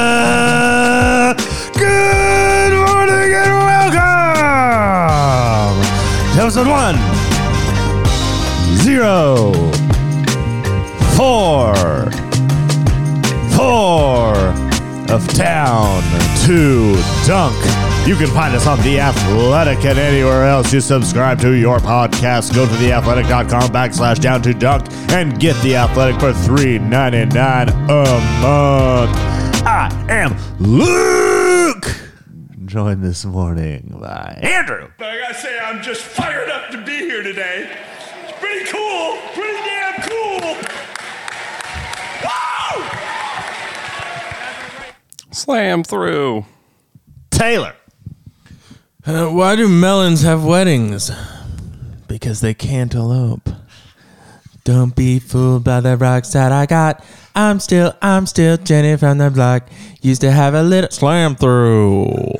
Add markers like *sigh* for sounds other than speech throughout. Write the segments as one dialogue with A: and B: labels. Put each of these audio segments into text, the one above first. A: Uh, good morning and welcome to episode one zero four four of town to dunk. You can find us on The Athletic and anywhere else you subscribe to your podcast. Go to theathletic.com backslash down to dunk and get The Athletic for three ninety nine a month. I am Luke, joined this morning by Andrew.
B: I gotta say, I'm just fired up to be here today. It's pretty cool, pretty damn cool. Woo!
C: Slam through.
A: Taylor.
D: Uh, why do melons have weddings? Because they can't elope. Don't be fooled by the rocks that I got. I'm still, I'm still Jenny from the block. Used to have a little slam through.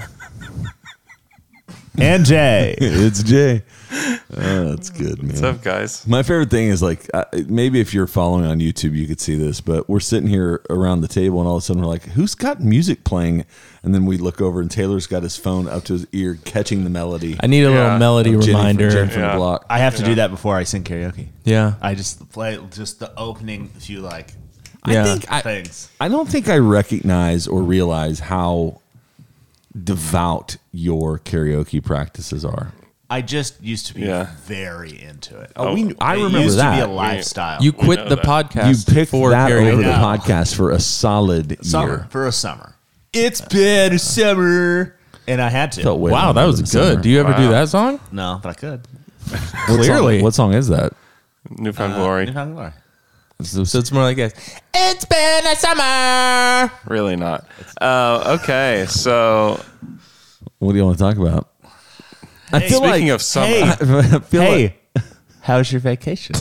A: And Jay.
E: it's Jay. Oh, that's good, man.
C: What's up, guys?
E: My favorite thing is like I, maybe if you're following on YouTube, you could see this, but we're sitting here around the table, and all of a sudden we're like, "Who's got music playing?" And then we look over, and Taylor's got his phone up to his ear, catching the melody.
D: I need a little
C: Yeah.
D: melody
E: Jenny from-
D: reminder.
E: Jenny from
C: Yeah.
E: the block.
A: I have to do that before I sing karaoke.
D: Yeah.
A: I just play just the opening few like
D: yeah.
A: things.
E: I don't think I recognize or realize how devout your karaoke practices are.
A: I just used to be
C: Yeah.
A: very into it.
E: Oh, we, I
A: it
E: remember
A: used
E: that.
A: to be a lifestyle.
D: you quit the
C: that.
E: you
D: podcast
E: picked
D: for
E: that
D: karaoke.
E: over the
A: Yeah.
E: podcast for a solid
A: summer
E: year.
A: for a summer. It's been a summer, and I had to.
E: Felt way
D: Wow,
E: longer
D: that was
E: than
D: good.
E: summer.
D: Do you ever do that song?
A: No, but I could.
E: What song-
D: Clearly.
E: what song is that?
C: Newfound glory.
A: Glory.
D: So it's more like this. It's been a summer.
C: Really not. Uh, okay, so
E: What do you want to
D: *laughs*
E: talk about? I feel like,
C: speaking of summer,
A: Hey,
E: I feel like
A: hey, how was your vacation?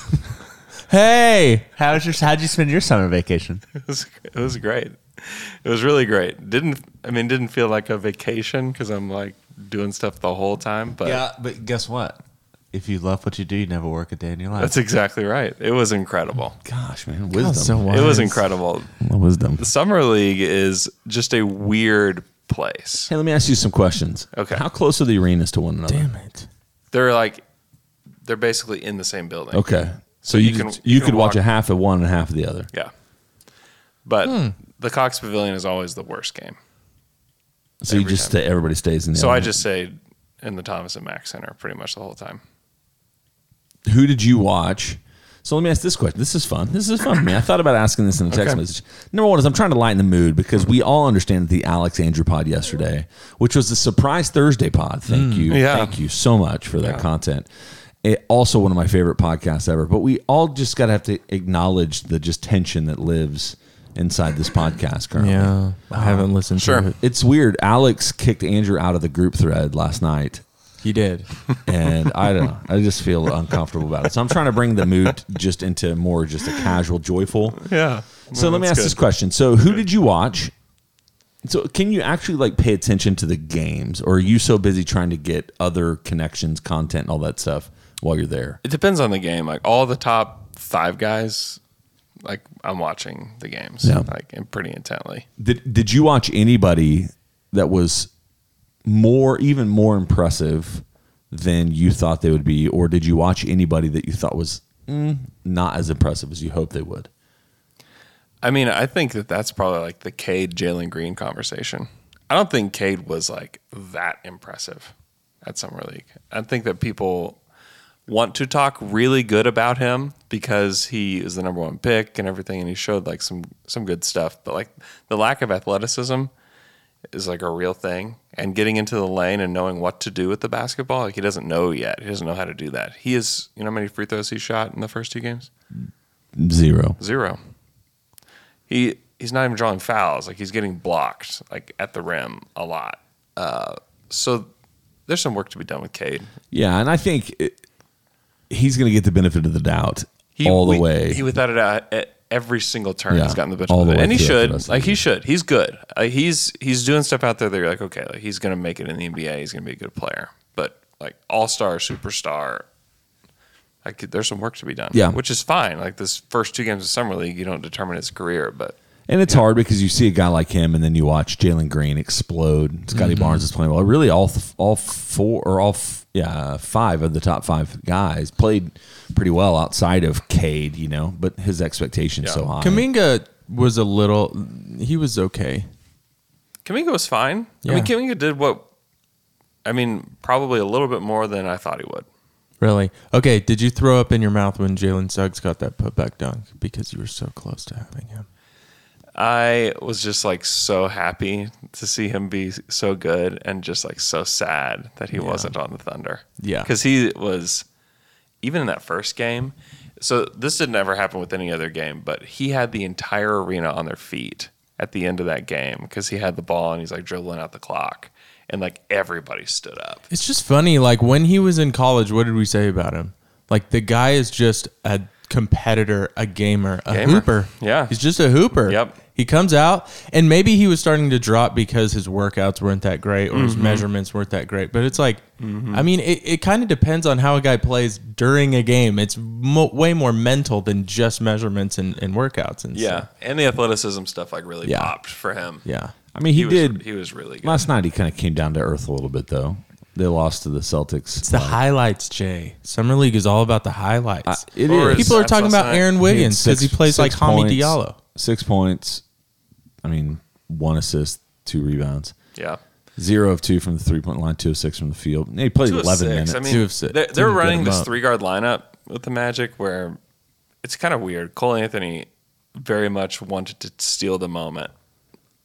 D: Hey.
A: How was your? How'd you spend your summer vacation?
C: it, was, it was great. It was really great. Didn't I mean? Didn't feel like a vacation because I'm like doing stuff the whole time. But
A: but guess what? If you love what you do, you never work a day in your life.
C: that's exactly right. It was incredible.
E: gosh, man,
D: Oh,
E: wisdom.
D: so wise.
C: It was incredible.
E: Well, wisdom.
C: The summer league is just a weird place.
E: Hey, let me ask you some questions.
C: Okay.
E: How close are the arenas to one another?
D: Damn it.
C: They're like they're basically in the same building.
E: Okay. So you, could you, could watch a half of one and a half of the other.
C: Yeah. But the Cox Pavilion is always the worst game.
E: So you
C: Every
E: just
C: time.
E: stay, everybody stays in the.
C: So
E: other.
C: I just say in the Thomas and Mack Center pretty much the whole time.
E: who did you watch? So let me ask this question. This is fun. This is fun for me. I thought about asking this in a text
C: Okay.
E: message. Number one is I'm trying to lighten the mood because we all understand the Alex Andrew pod yesterday, which was the surprise Thursday pod. Thank you.
C: Mm, Yeah.
E: Thank you so much for that content. It, also one of my favorite podcasts ever. But we all just gotta have to acknowledge the just tension that lives inside this podcast currently.
D: Yeah. I haven't listened
C: Sure.
D: to it.
E: It's weird. Alex kicked Andrew out of the group thread last night
D: He did.
E: and I don't know. I just feel uncomfortable about it. So I'm trying to bring the mood just into more just a casual, joyful.
C: Yeah.
E: So let me ask this question. So who did you watch? So can you actually like pay attention to the games, or are you so busy trying to get other connections, content, and all that stuff while you're there?
C: It depends on the game. Like all the top five guys, like I'm watching the games
E: Yeah.
C: like and pretty intently.
E: Did Did you watch anybody that was more, even more impressive than you thought they would be, or did you watch anybody that you thought was mm, not as impressive as you hoped they would?
C: I mean, I think that that's probably like the Cade Jalen Green conversation. I don't think Cade was like that impressive at Summer League. I think that people want to talk really good about him because he is the number one pick and everything, and he showed like some some good stuff. But like the lack of athleticism is like a real thing, and getting into the lane and knowing what to do with the basketball, like he doesn't know yet. He doesn't know how to do that. He is, you know, how many free throws he shot in the first two games.
E: Zero.
C: Zero. He he's not even drawing fouls. Like he's getting blocked like at the rim a lot. Uh, so there's some work to be done with Cade.
E: Yeah, and I think it, he's going to get the benefit of the doubt
C: He,
E: all the
C: we-
E: way.
C: He without a doubt at every single turn
E: Yeah,
C: he's gotten the best
E: all
C: of
E: the
C: it,
E: way
C: and he
E: throughout the
C: should.
E: rest of
C: Like
E: the
C: he
E: year.
C: should. He's good. Uh, he's he's doing stuff out there that you're like, okay, like he's gonna make it in the NBA. He's gonna be a good player. But like all star, superstar. Like there's some work to be done.
E: Yeah.
C: which is fine. Like this first two games of summer league, you don't determine his career, but
E: And it's hard because you see a guy like him, and then you watch Jalen Green explode. Scotty Barnes is playing well. Really, all th- all four or all f- yeah five of the top five guys played pretty well outside of Cade, you know. But his expectations so high.
D: Kaminga was a little. He was okay.
C: Kaminga was fine. I
D: Yeah.
C: mean, Kaminga did what, I mean, probably a little bit more than I thought he would.
D: Really? Okay. Did you throw up in your mouth when Jalen Suggs got that putback dunk because you were so close to having him?
C: I was just like so happy to see him be so good and just like so sad that he wasn't on the Thunder.
D: Yeah.
C: Because he was, even in that first game, so this didn't ever happen with any other game, but he had the entire arena on their feet at the end of that game because he had the ball and he's like dribbling out the clock and like everybody stood up.
D: It's just funny. Like when he was in college, what did we say about him? Like the guy is just a competitor, a gamer, a
C: Gamer.
D: hooper.
C: Yeah.
D: He's just a hooper.
C: Yep.
D: He comes out and maybe he was starting to drop because his workouts weren't that great or
C: Mm-hmm.
D: his measurements weren't that great. But it's like, I mean, it, it kind of depends on how a guy plays during a game. It's mo- way more mental than just measurements and, and workouts. And
C: Yeah.
D: stuff.
C: And the athleticism stuff like really
E: Yeah.
C: popped for him.
D: yeah.
E: I mean, he,
C: was,
E: did
C: He was really good.
E: last night. He kind of came down to earth a little bit, though. They lost to the Celtics.
D: It's the highlights, Jay. Summer league is all about the highlights.
E: It
C: Or
E: is.
C: is-
D: People are
C: Stats
D: talking
C: last
D: about
C: night.
D: Aaron
E: He had
D: Wiggins because he
E: six-
D: plays like
E: six
D: Hami
E: points-
D: Diallo.
E: Six points. I mean, one assist, two rebounds.
C: Yeah.
E: Zero of two from the three point line, two of six from the field. And he played
C: Two of
E: eleven
C: six.
E: minutes.
C: I mean,
D: Two of six.
C: they're, they're
D: Didn't get
C: running
D: him
C: this
D: up.
C: three guard lineup with the Magic where it's kind of weird. Cole Anthony very much wanted to steal the moment,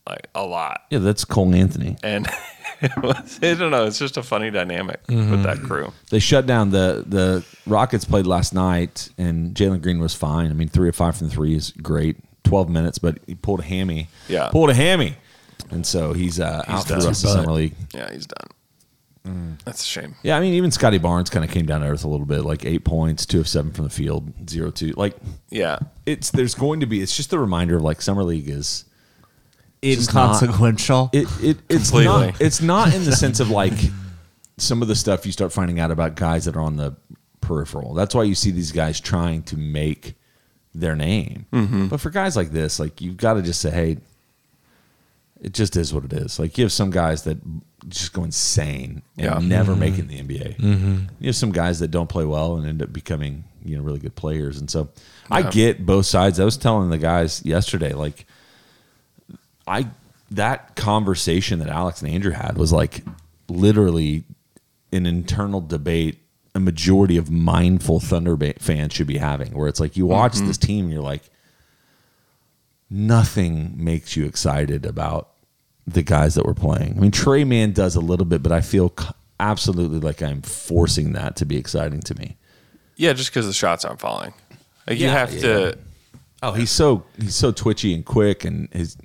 C: like a lot.
E: yeah, that's Cole Anthony.
C: And *laughs* it was, I don't know. It's just a funny dynamic with that crew.
E: They shut down the the Rockets played last night, and Jalen Green was fine. I mean, three of five from three is great. Twelve minutes, but he pulled a hammy.
C: Yeah.
E: pulled a hammy, and so he's, uh, out for
C: done.
E: the rest of summer league.
C: Yeah, he's done. That's a shame.
E: Yeah, I mean, even Scotty Barnes kind of came down to earth a little bit, like eight points, two of seven from the field, zero two. Like
C: Yeah.
E: it's there's going to be. It's just a reminder of like summer league is it's not-
A: inconsequential.
E: it, it it's
C: Completely.
E: not it's not in the sense of like some of the stuff you start finding out about guys that are on the peripheral. That's why you see these guys trying to make their name. But for guys like this, like you've got to just say, hey, it just is what it is. Like you have some guys that just go insane and
C: Yeah.
E: never make it in the NBA. You have some guys that don't play well and end up becoming you know really good players. And so I get both sides. I was telling the guys yesterday, like I that conversation that Alex and Andrew had was like literally an internal debate a majority of mindful Thunder ba- fans should be having, where it's like you watch this team and you're like, nothing makes you excited about the guys that we're playing. I mean, Trey Man does a little bit, but I feel c- absolutely like I'm forcing that to be exciting to me.
C: Yeah, just because the shots aren't falling. Like you
E: Yeah,
C: have to.
E: Oh, he's so he's so twitchy and quick, and his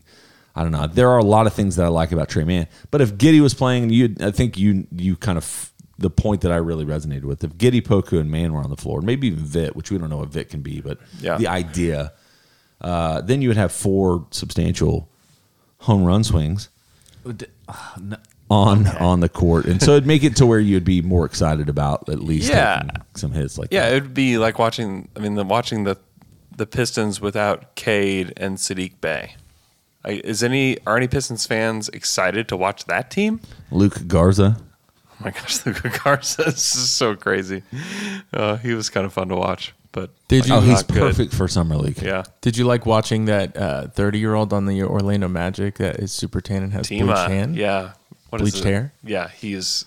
E: I don't know. There are a lot of things that I like about Trey Man, but if Giddy was playing, you I think you you kind of the point that I really resonated with. If Giddy, Poku, and Man were on the floor, maybe even Vit, which we don't know what Vit can be, but
C: Yeah.
E: the idea, uh, then you would have four substantial home run swings. on on the court, and so it'd make it to where you'd be more excited about at least
C: Yeah.
E: taking some hits like
C: Yeah,
E: that.
C: it'd be like watching. I mean, the, watching the the Pistons without Cade and Sadiq Bay. Like, is any are any Pistons fans excited to watch that team?
E: Luke Garza.
C: Oh my *laughs* gosh, Luka Garza this is so crazy. Uh, he was kind of fun to watch, but
D: Did you-
E: Oh, he's
C: not good.
E: perfect for summer league.
C: Yeah,
D: Did you like watching that uh, thirty-year-old on the Orlando Magic that is super tan and has bleached
C: Tima.
D: hand?
C: uh, Yeah, What is
D: Bleached
C: it?
D: hair?
C: Yeah, he is.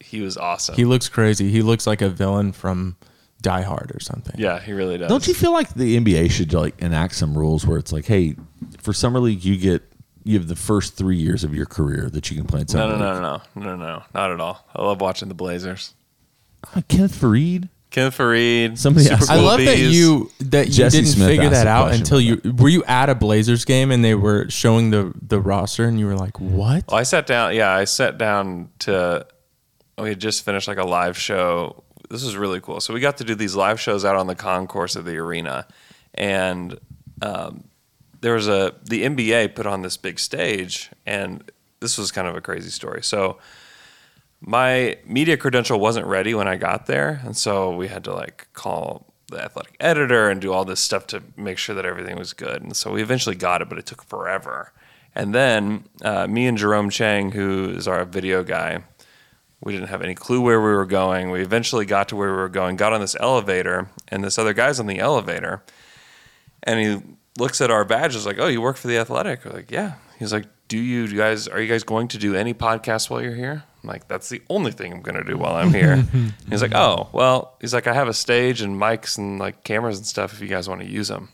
C: He was awesome.
D: he looks crazy. He looks like a villain from Die Hard or something.
C: yeah, he really does.
E: Don't you feel like the NBA should like enact some rules where it's like, hey, for summer league, you get you have the first three years of your career that you can play in summer
C: No, no,
E: league.
C: no, no, no, no, no, not at all. I love watching the Blazers.
E: Ah, Kenneth Fareed.
C: Kenneth Fareed.
E: Somebody
C: Super
E: asked-
D: I
C: Bowl
D: love that
C: bees.
D: you that you
E: Jesse
D: didn't
E: Smith
D: figure
E: asked
D: that
E: a
D: out
E: question
D: until you
E: about
D: were you at a Blazers game and they were showing the the roster and you were like, "What?"
C: Well, I sat down. Yeah, I sat down to. We had just finished like a live show. This was really cool. So we got to do these live shows out on the concourse of the arena, and um, there was a the NBA put on this big stage, and this was kind of a crazy story. So my media credential wasn't ready when I got there, and so we had to like call the athletic editor and do all this stuff to make sure that everything was good. And so we eventually got it, but it took forever. And then uh, me and Jerome Chang, who is our video guy, we didn't have any clue where we were going. We eventually got to where we were going, got on this elevator, and this other guy's on the elevator, and he looks at our badges like, "Oh, you work for the Athletic?" We're like, "Yeah." He's like, "Do you, do you guys are you guys going to do any podcasts while you're here?" I'm like, "That's the only thing I'm going to do while I'm *laughs* here." he's like, "Oh, well." He's like, "I have a stage and mics and like cameras and stuff if you guys want to use them."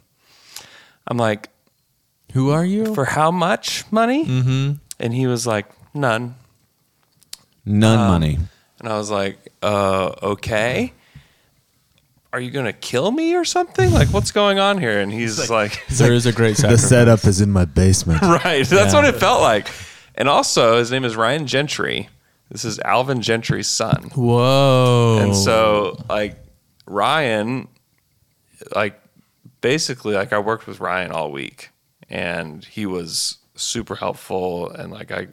C: I'm like,
D: Who are you?
C: "For how much money?" Mm-hmm. And he was like, "None."
E: None
C: Uh,
E: money.
C: And I was like, uh, okay. Are you going to kill me or something? Like, what's going on here? And he's like,
D: there is a *laughs* great
F: The
D: sacrifice.
F: setup is in my
A: *laughs*
F: basement.
C: *laughs* right. That's what it felt like. And also, his name is Ryan Gentry. This is Alvin Gentry's son.
D: Whoa!
C: And so, like, Ryan, like, basically, like, I worked with Ryan all week and he was super helpful. And, like, I,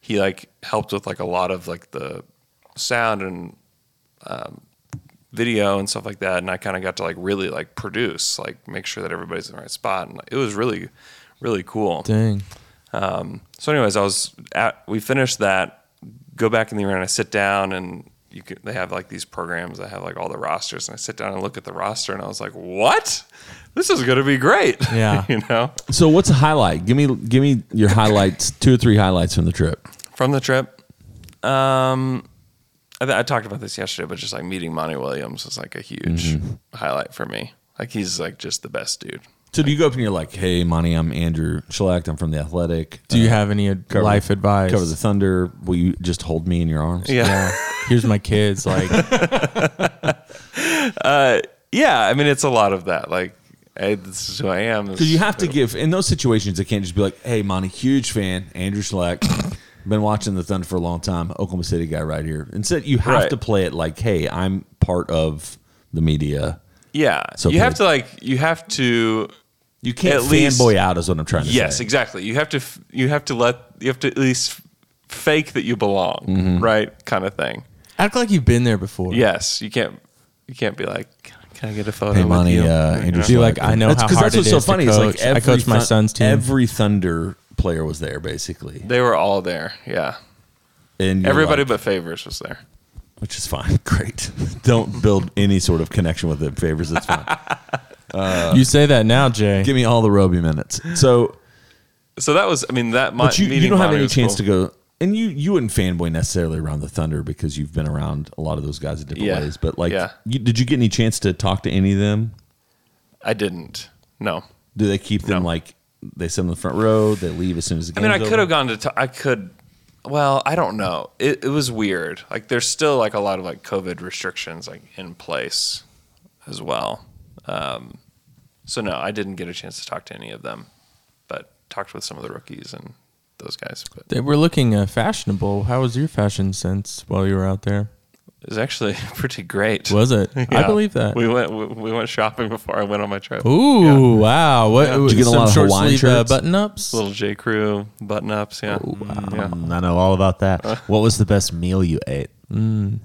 C: he, like, helped with, like, a lot of, like, the sound and um, video and stuff like that and i kind of got to like really like produce like make sure that everybody's in the right spot and like, it was really really cool
D: dang.
C: so anyways i was at we finished that go back in the arena and i sit down and you could, they have like these programs that have like all the rosters and i sit down and look at the roster and i was like what this is going to be great *laughs*
D: Yeah.
C: you know
E: So what's a highlight? Give me give me your highlights, two or three highlights from the trip.
C: from the trip um I, th- I talked about this yesterday but just like meeting monty williams was like a huge
E: Mm-hmm.
C: highlight for me like he's like just the best dude
E: So do you go up and you're like, hey, Monty, I'm Andrew Shellac. I'm from the Athletic.
D: Do you have any ad-
E: cover-
D: life advice?
E: cover the Thunder? Will you just hold me in your arms?
C: yeah.
D: Here's my kids. *laughs* Like,
C: Uh, yeah, I mean, it's a lot of that. Like, hey, this is who I am.
E: Because you have to give in those situations. It can't just be like, "Hey, Monty, huge fan, Andrew
C: *coughs*
E: Schleck, been watching the Thunder for a long time, Oklahoma City guy right here." Instead, you have
C: Right.
E: to play it like, "Hey, I'm part of the media."
C: yeah.
E: So
C: you have
E: good.
C: to like, you have to.
E: You can't
C: At least-
E: fanboy out, is what I'm trying to
C: Yes,
E: say.
C: exactly. You have to. f- You have to let. You have to at least fake that you belong,
E: Mm-hmm.
C: right? Kind of thing.
D: act like you've been there before.
C: Yes, you can't. You can't be like, can I- can I get a photo
E: Hey,
C: with
E: Monty,
C: you?
E: uh, Andrew
D: Be
E: Schleck.
D: like, I know
E: that's,
D: how
E: 'cause
D: hard
E: that's
D: it is
E: what's
D: to
E: so funny. It's
D: coach.
E: like
D: I
E: every
D: coached my
E: Thun-
D: son's team.
E: Every Thunder player was there, basically,
C: they were all there. Yeah,
E: and you're
C: everybody
E: like-
C: but Favors was there.
E: which is fine. *laughs* Great. Don't build any sort of connection with the favors. It's
C: *laughs*
E: fine.
D: you say that now, Jay.
E: Give me all the Roby minutes. So.
C: So that was. I mean, that. My,
E: but you, you
C: meeting
E: don't have
C: Monty
E: any
C: was
E: chance
C: cool.
E: to go and you you wouldn't fanboy necessarily around the thunder because you've been around a lot of those guys in different
C: Yeah.
E: ways but like
C: Yeah.
E: you, did you get any chance to talk to any of them
C: I didn't. No.
E: do they keep them like they sit in the front row they leave as soon as the
C: I
E: game
C: mean, I could have gone to. T- I could. Well, I don't know. It, it was weird. Like, there's still like a lot of like COVID restrictions like in place as well. Um, so no, I didn't get a chance to talk to any of them, but talked with some of the rookies and those guys. But
D: They were looking uh, fashionable. How was your fashion sense while you were out there?
C: It was actually *laughs* pretty great.
D: Was
C: *laughs*
D: it? I
C: Yeah.
D: believe that.
C: We went we, we went shopping before I went on my trip.
D: Ooh, wow! What?
E: Did you get a
D: some
E: lot of
D: short
E: Hawaiian
D: sleeve uh,
E: shirts?
D: button ups?
C: Little J Crew button ups. Yeah.
D: Oh,
C: yeah.
A: I know all about *laughs* that. What was the best meal you ate?
C: Ooh,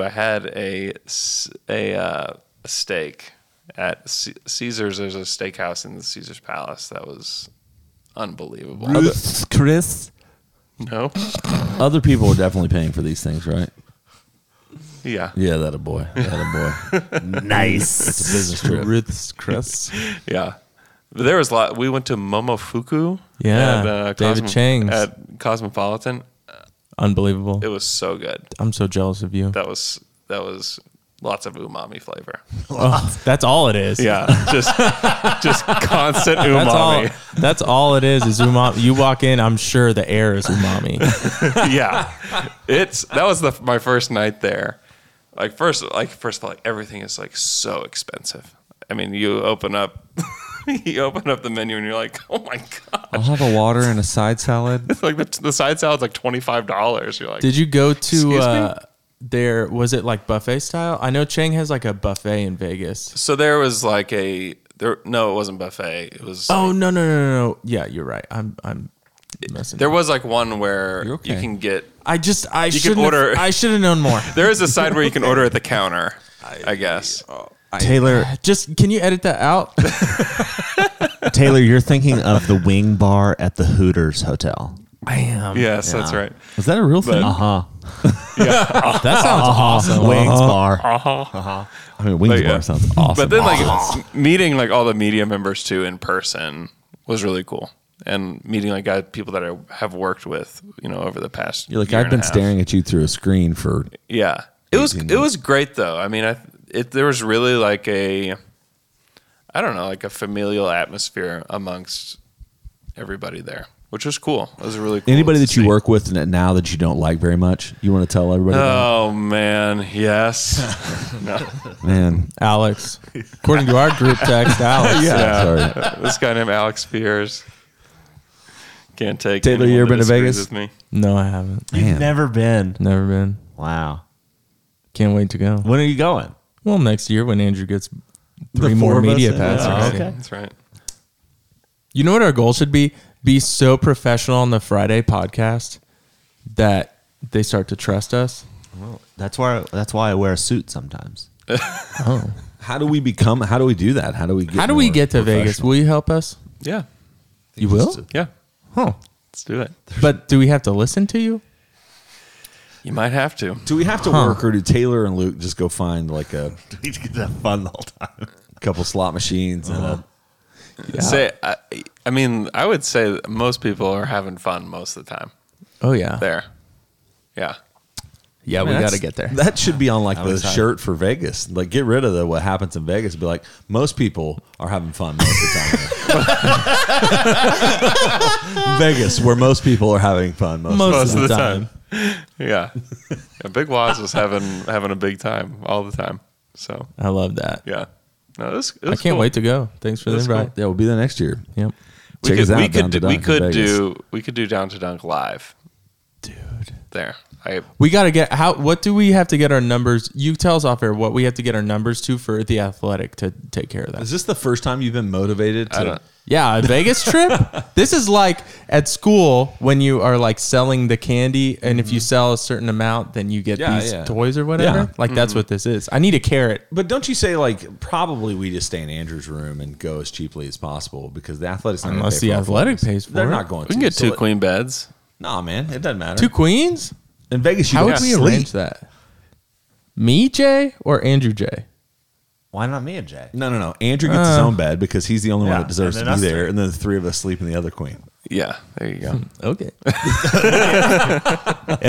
C: I had a s- a, uh, a steak at C- Caesar's. There's a steakhouse in the Caesar's Palace that was unbelievable.
A: Ruth's Chris.
C: No, *laughs*
E: Other people are definitely paying for these things, right?
C: yeah,
E: Yeah, that a boy. That a boy.
A: *laughs* Nice.
E: It's a business trip.
D: Ruth's
C: *laughs*
D: Chris.
C: yeah. But there was a lot. We went to Momofuku. uh,
D: Yeah, David Chang's.
C: at Cosmopolitan.
D: Unbelievable.
C: It was so good.
D: I'm so jealous of you.
C: That was that was lots of umami
D: *laughs*
C: flavor.
D: Oh, that's all it is.
C: Yeah, just just constant umami.
D: That's all.
C: *laughs*
D: That's all it is. Is umami. You walk in, I'm sure the air is umami.
C: yeah, it's that was the my first night there. Like first, like first of all, like everything is like so expensive. I mean, you open up, *laughs* you open up the menu and you're like, oh my god!
G: I'll have a water and a side salad.
C: It's like the, the side salad's like twenty five dollars. You're
D: *laughs*
C: like,
D: Did you go to
C: Excuse
D: uh, there? Was it like buffet style? I know Chang has like a buffet in Vegas.
C: *laughs* so there was like a there. No, it wasn't buffet. It was
D: Oh no no no no! no. Yeah, you're right. I'm I'm messing.
C: there was like one where
A: You're
C: you
A: okay.
C: can get.
D: I just I
C: can
D: should
C: order-
D: I should have known more.
C: There is a side where you can order at the counter. I guess.
A: Taylor,
D: Just can you edit that out?
A: Taylor, you're thinking of the wing bar at the Hooters Hotel.
D: I am.
C: Yes, that's right.
A: Is that a real thing? Uh
E: Uh-huh.
A: huh.
D: That sounds
A: Uh-huh.
D: awesome.
A: Wings bar. Uh huh. I mean, wings
C: But, yeah.
A: bar sounds awesome.
C: But then, like m- meeting like all the media members too in person was really cool, and meeting like guy, people that I have worked with, you know, over the past.
E: You're like,
C: year
E: I've
C: and a
E: been
C: half."
E: staring at you through a screen for
C: Yeah, it was it was great though. I mean, I it there was really like a, I don't know, like a familial atmosphere amongst everybody there, which was cool. It was really cool
E: anybody
C: to
E: that you
C: see.
E: work with and now that you don't like very much. You want to tell everybody, about?
C: Oh man, yes. *laughs*
E: man.
D: Alex. According to our group text, Alex.
E: *laughs* Yeah. Sorry.
C: this guy named Alex Spears. Can't take
E: Taylor,
C: anyone
E: you ever
C: that
E: been to
C: disagrees
E: Vegas?
C: With me.
D: No, I haven't.
A: You've never been.
D: Never been.
A: Wow.
D: Can't wait to go.
A: When are you going?
D: Well, next year when Andrew gets
A: four
D: three more
A: of us?
D: media
A: Yeah.
D: passes.
A: Oh, okay.
C: That's right.
D: You know what our goal should be? Be so professional on the Friday podcast that they start to trust us.
A: That's why. That's why I wear a suit sometimes.
E: How do we become? How do we do that? How do we get?
D: How do we
E: more
D: get to Vegas?
E: professional?
D: Will you help us?
C: Yeah.
D: You will?
C: Yeah.
D: Huh.
C: Let's do it.
D: But do we have to listen to you?
C: You might have to.
E: Do we have to work, or do Taylor and Luke just go find like *laughs* a
A: We get to have fun the whole time.
E: couple slot machines and a
C: Say, I, I mean, I would say that most people are having fun most of the time
D: Oh yeah.
C: there. Yeah.
D: Yeah, we
E: That's-
D: gotta get there.
E: That should be on like the
A: excited.
E: shirt for Vegas. Like, get rid of the what happens in Vegas. Be like, most people are having fun most of the
D: *laughs*
E: *laughs* time. Vegas, where most people are having fun. Most,
D: Most,
C: Most
D: of the,
C: of the
D: time.
C: Yeah. yeah Big Waz was having having a big time all the time. So
D: I love that.
C: yeah. No, this.
D: I can't wait to go. Thanks for the
C: That's
D: invite.
E: yeah, we'll be there next year.
D: Yep.
C: We
E: Check
C: could,
E: us out,
C: we could,
E: Down to
C: do, we
E: Dunk in
C: could
E: Vegas.
C: do we could do down to dunk live. Dude. There. I
D: We gotta get how what do we have to get our numbers? You tell us off air what we have to get our numbers to for the athletic to take care of that.
E: Is this the first time you've been motivated
C: I
E: to?
C: don't-
D: Yeah, a Vegas trip.
E: *laughs*
D: This is like at school when you are like selling the candy, and if you sell a certain amount, then you get
E: Mm-hmm. Yeah,
D: these
E: yeah. Mm-hmm.
D: toys or whatever.
E: Yeah.
D: Like that's what this is. I need a carrot.
E: But don't you say like probably we just stay in Andrew's room and go as cheaply as possible because the athletics not gonna
D: Unless
E: pay
D: the
E: for all four
D: athletic
E: of us.
D: pays for
E: They're
D: it.
E: not going.
C: we can
E: to.
C: get
E: So
C: two
E: it-
C: queen beds.
E: Nah, man, it doesn't matter.
D: Two queens?
E: in Vegas, you
D: How
E: can
D: would we
E: sleep.
D: arrange that? Me, Jay, or Andrew J?
A: Why not me and Jay?
E: No, no, no. Andrew gets his
D: Uh,
E: own bed because he's the only
A: yeah,
E: one that deserves to
A: and
E: be
A: then us
E: there,
A: three.
E: and then the three of us sleep in the other queen.
C: Yeah. There you go.
D: Okay. *laughs*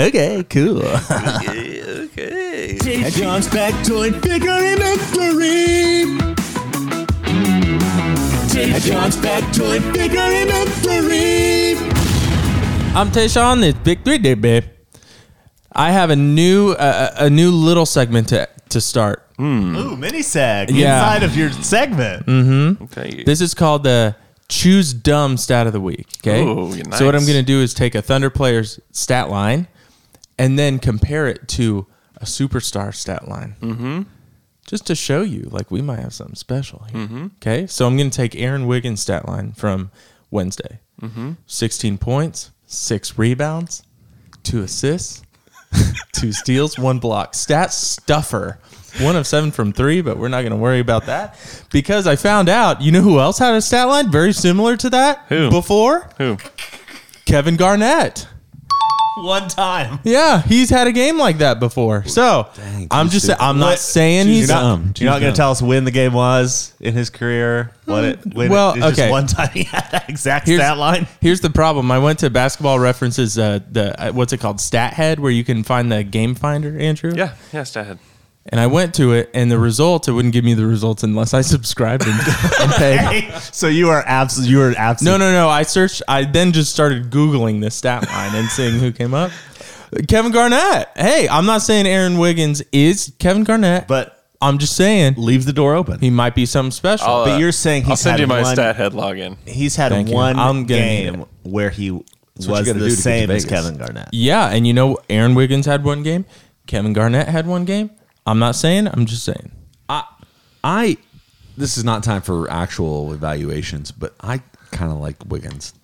A: Okay, cool.
C: okay.
F: John's back toy figure inventory. John's back toy figure inventory.
D: I'm Tayshawn. It's Big Three Day, babe. I have a new uh, a new little segment to to start.
A: Ooh, mini seg
D: Yeah.
A: inside of your segment.
C: Okay.
D: This is called the choose dumb stat of the week. Okay.
C: Ooh,
D: So what I'm
C: nice.
D: going to do is take a Thunder player's stat line and then compare it to a superstar stat line. Mm-hmm. Just to show you, like, we might have something special here.
C: Mm-hmm.
D: Okay. So I'm going to take Aaron Wiggins' stat line from Wednesday
C: Mm-hmm.
D: 16 points, six rebounds, two assists, *laughs* two steals, one block. Stat stuffer. One of seven from three, but we're not going to worry about that because I found out, you know who else had a stat line very similar to that?
C: Who?
D: Before?
C: Who?
D: Kevin Garnett.
A: One time.
D: Yeah, he's had a game like that before. So I'm just I'm not saying he's
A: You're not,
D: um,
A: you're not going to tell us when the game was in his career. What it? When
D: Well,
A: it, it's
D: okay.
A: Just one time he had that exact
D: Here's-
A: stat line.
D: Here's the problem. I went to Basketball References, uh, the uh, what's it called, Stathead, where you can find the game finder, Andrew.
C: Yeah, yeah, Stathead.
D: And I went to it, and the results it wouldn't give me the results unless I *laughs* subscribed and,
A: *laughs*
D: and paid.
A: so you are absent. You are absent.
D: No, no, no. I searched. I then just started googling this stat line and seeing who came up. Kevin Garnett. Hey, I'm not saying Aaron Wiggins is Kevin Garnett,
A: But
D: I'm just saying
A: leaves the door open.
D: he might be something special.
C: I'll,
A: but
C: uh,
A: you're saying
C: I'll
A: he's
C: send
A: had
C: you my
A: one,
C: Stathead login.
A: He's had
D: Thank you.
A: one
D: I'm gonna need
A: game where he
E: what you
A: was
E: gotta
A: the
E: do to get to
A: same as
E: Vegas.
A: Kevin Garnett.
D: Yeah, and you know, Aaron Wiggins had one game. Kevin Garnett had one game. I'm not saying. I'm just saying.
E: I this is not time for actual evaluations, but I kind of like Wiggins.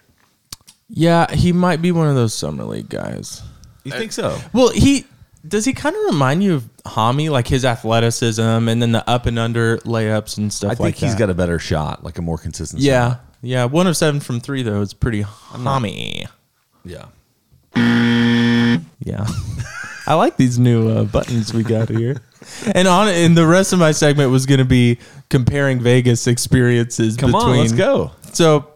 D: Yeah, he might be one of those summer league guys.
E: You think so?
D: Well, he does. He kind of remind you of Hami, like his athleticism, and then the up and under layups and stuff
E: I
D: like
E: think
D: that.
E: he's got a better shot, like a more consistent.
D: yeah,
E: shot.
D: yeah. One of seven from three though is pretty Hami.
E: yeah.
D: Yeah. *laughs* I like these new uh, buttons we got
E: *laughs*
D: here. And on and the rest of my segment was going to be comparing Vegas experiences
E: Come
D: between
E: on, let's go.
D: So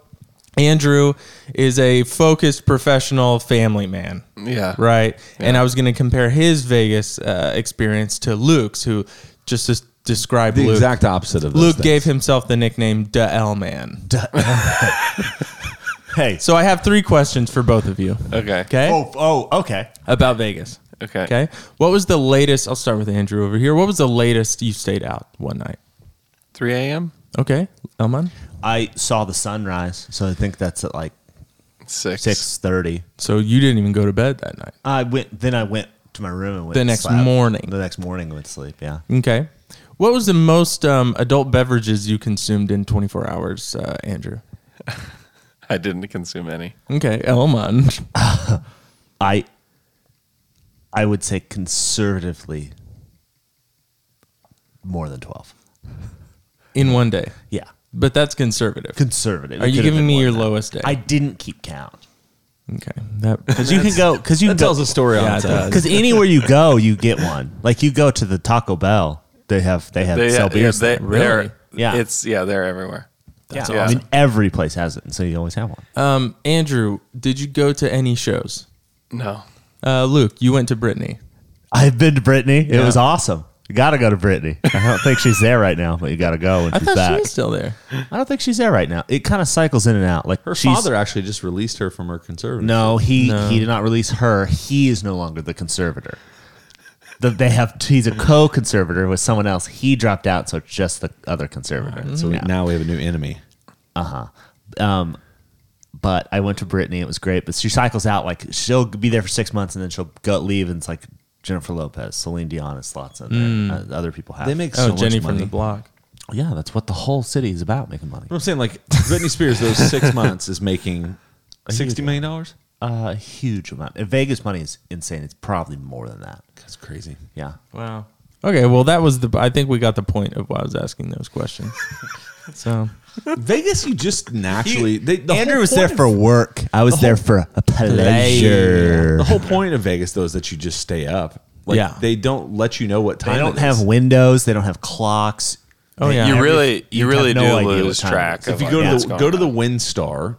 D: Andrew is a focused professional family man.
C: Yeah.
D: Right. And I was going to compare his Vegas uh, experience to Luke's who just to describe
E: The
D: Luke.
E: exact opposite of those
D: Luke
E: things.
D: gave himself the nickname Duh L Man.
E: *laughs*
A: Hey.
D: *laughs* So I have three questions for both of you.
C: Okay.
D: Okay?
A: Oh, oh, okay.
D: About Vegas.
C: Okay.
D: Okay. What was the latest? I'll start with Andrew over here. What was the latest you stayed out one night?
C: 3 a.m.
D: Okay. Elman?
A: I saw the sunrise, so I think that's at like
C: Six.
A: six thirty.
D: So you didn't even go to bed that night.
A: I went. Then I went to my room and went
D: The
A: to
D: next
A: sleep.
D: morning.
A: The next morning I went to sleep. Yeah.
D: Okay. What was the most um, adult beverages you consumed in 24 hours, uh, Andrew?
C: *laughs* I didn't consume any.
D: Okay. Elman.
A: I. I would say conservatively. More than twelve.
D: *laughs* In one day.
A: Yeah.
D: But that's conservative.
A: Conservative.
D: Are
A: It
D: you
A: could have
D: giving
A: been
D: me
A: more
D: your
A: than that.
D: lowest day?
A: I didn't keep count.
D: okay. That,
A: Because you can go. Because you can go,
E: story
D: yeah,
A: *laughs*
D: it does.
A: Because anywhere you go, you get one. Like you go to the Taco Bell, they have they have
C: They,
A: sell
C: yeah,
A: beers.
C: they,
A: there.
C: really?
A: Yeah.
C: It's yeah, they're everywhere.
A: yeah.
C: awesome.
A: I mean, every place has it, and so you always have one.
D: um, Andrew, did you go to any shows?
C: No.
D: Uh, Luke, you went to Brittany.
A: I've been to Brittany. It
D: Yeah.
A: was awesome. You gotta go to Brittany. I don't think she's there right now, but you gotta go when
D: I
A: she's
D: thought
A: back.
D: she was still there.
A: I don't think she's there right now. It kind of cycles in and out. Like
E: Her
A: she's,
E: father actually just released her from her conservative.
A: No, he he did not release her. He is no longer the conservator. The, they have he's a co-conservator with someone else. He dropped out, so it's just the other conservator.
E: So
A: Yeah.
E: now we have a new enemy.
A: Um, but I went to Brittany. It was great. But she cycles out like she'll be there for six months and then she'll go leave. And it's like Jennifer Lopez, Celine Dion, and slots in there. Uh, other people have.
E: Mm. They make
D: Oh,
E: so
D: Jenny
E: much
D: from
E: money.
D: the block.
A: yeah. That's what the whole city is about making money.
E: I'm saying like Britney Spears, those
D: *laughs*
E: six months is making sixty million dollars.
A: A Uh, huge amount. And Vegas money is insane. It's probably more than that.
E: That's crazy.
A: Yeah.
D: Wow. Okay, well that was the I think we got the point of why I was asking those questions. *laughs* so
E: Vegas, you just naturally. they, the whole
A: Andrew was
E: point
A: there
E: of-
A: for work. I was there for a pleasure.
E: The whole point of Vegas, though, is that you just stay up. Like,
D: Yeah.
E: They don't let you know what time.
A: They don't
E: it is.
A: have windows. They don't have clocks.
D: Oh yeah.
C: You really
A: you
C: you really
A: have no idea
C: do
A: what
C: lose
A: time it
C: track
A: is.
C: of
E: If you
C: like,
E: go to
C: what's
E: the
C: going
E: go to the
C: on.
E: WinStar,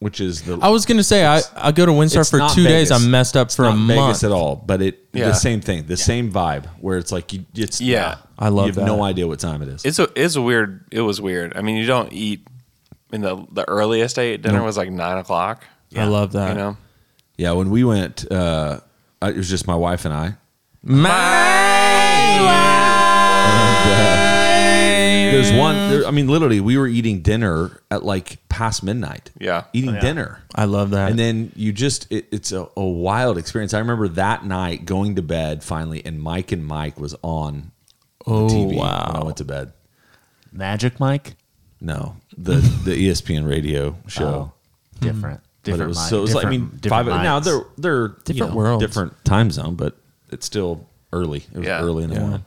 E: which is the
D: I was gonna say I, I go to Windstar
E: it's
D: for
E: not
D: two
E: Vegas.
D: days. I'm messed up
E: it's
D: for a
E: not
D: month.
E: Vegas at all, but it
C: Yeah.
E: the same thing, the same vibe where it's like you it's
C: Yeah.
D: I love
E: you have
D: that.
E: no idea what time it is.
C: It's a it's a weird it was weird. I mean you don't eat I mean the the earliest I ate dinner was like nine o'clock.
D: I love that.
C: You know?
E: yeah, when we went, uh, I- it was just my wife and I.
D: My
E: And, uh, *laughs* there's one. There, I mean, literally, we were eating dinner at like past midnight.
C: Yeah.
E: eating
D: Oh,
A: yeah.
E: dinner.
D: I love that.
E: And then you just, it, it's a, a wild experience. I remember that night going to bed finally, and Mike and Mike was on
D: oh
E: TV when I
D: wow,
E: went to bed.
A: Magic Mike,
E: No, the the E ESPN radio
D: Oh.
E: show.
A: Oh, different,
E: But it
A: different.
E: was
A: mic,
E: so it was like I mean
A: different-
E: five
A: different
E: now
A: mics.
E: they're they're you
D: Different
E: know,
D: worlds.
E: different time zone, but it's still early. It was
C: Yeah.
E: early in the morning.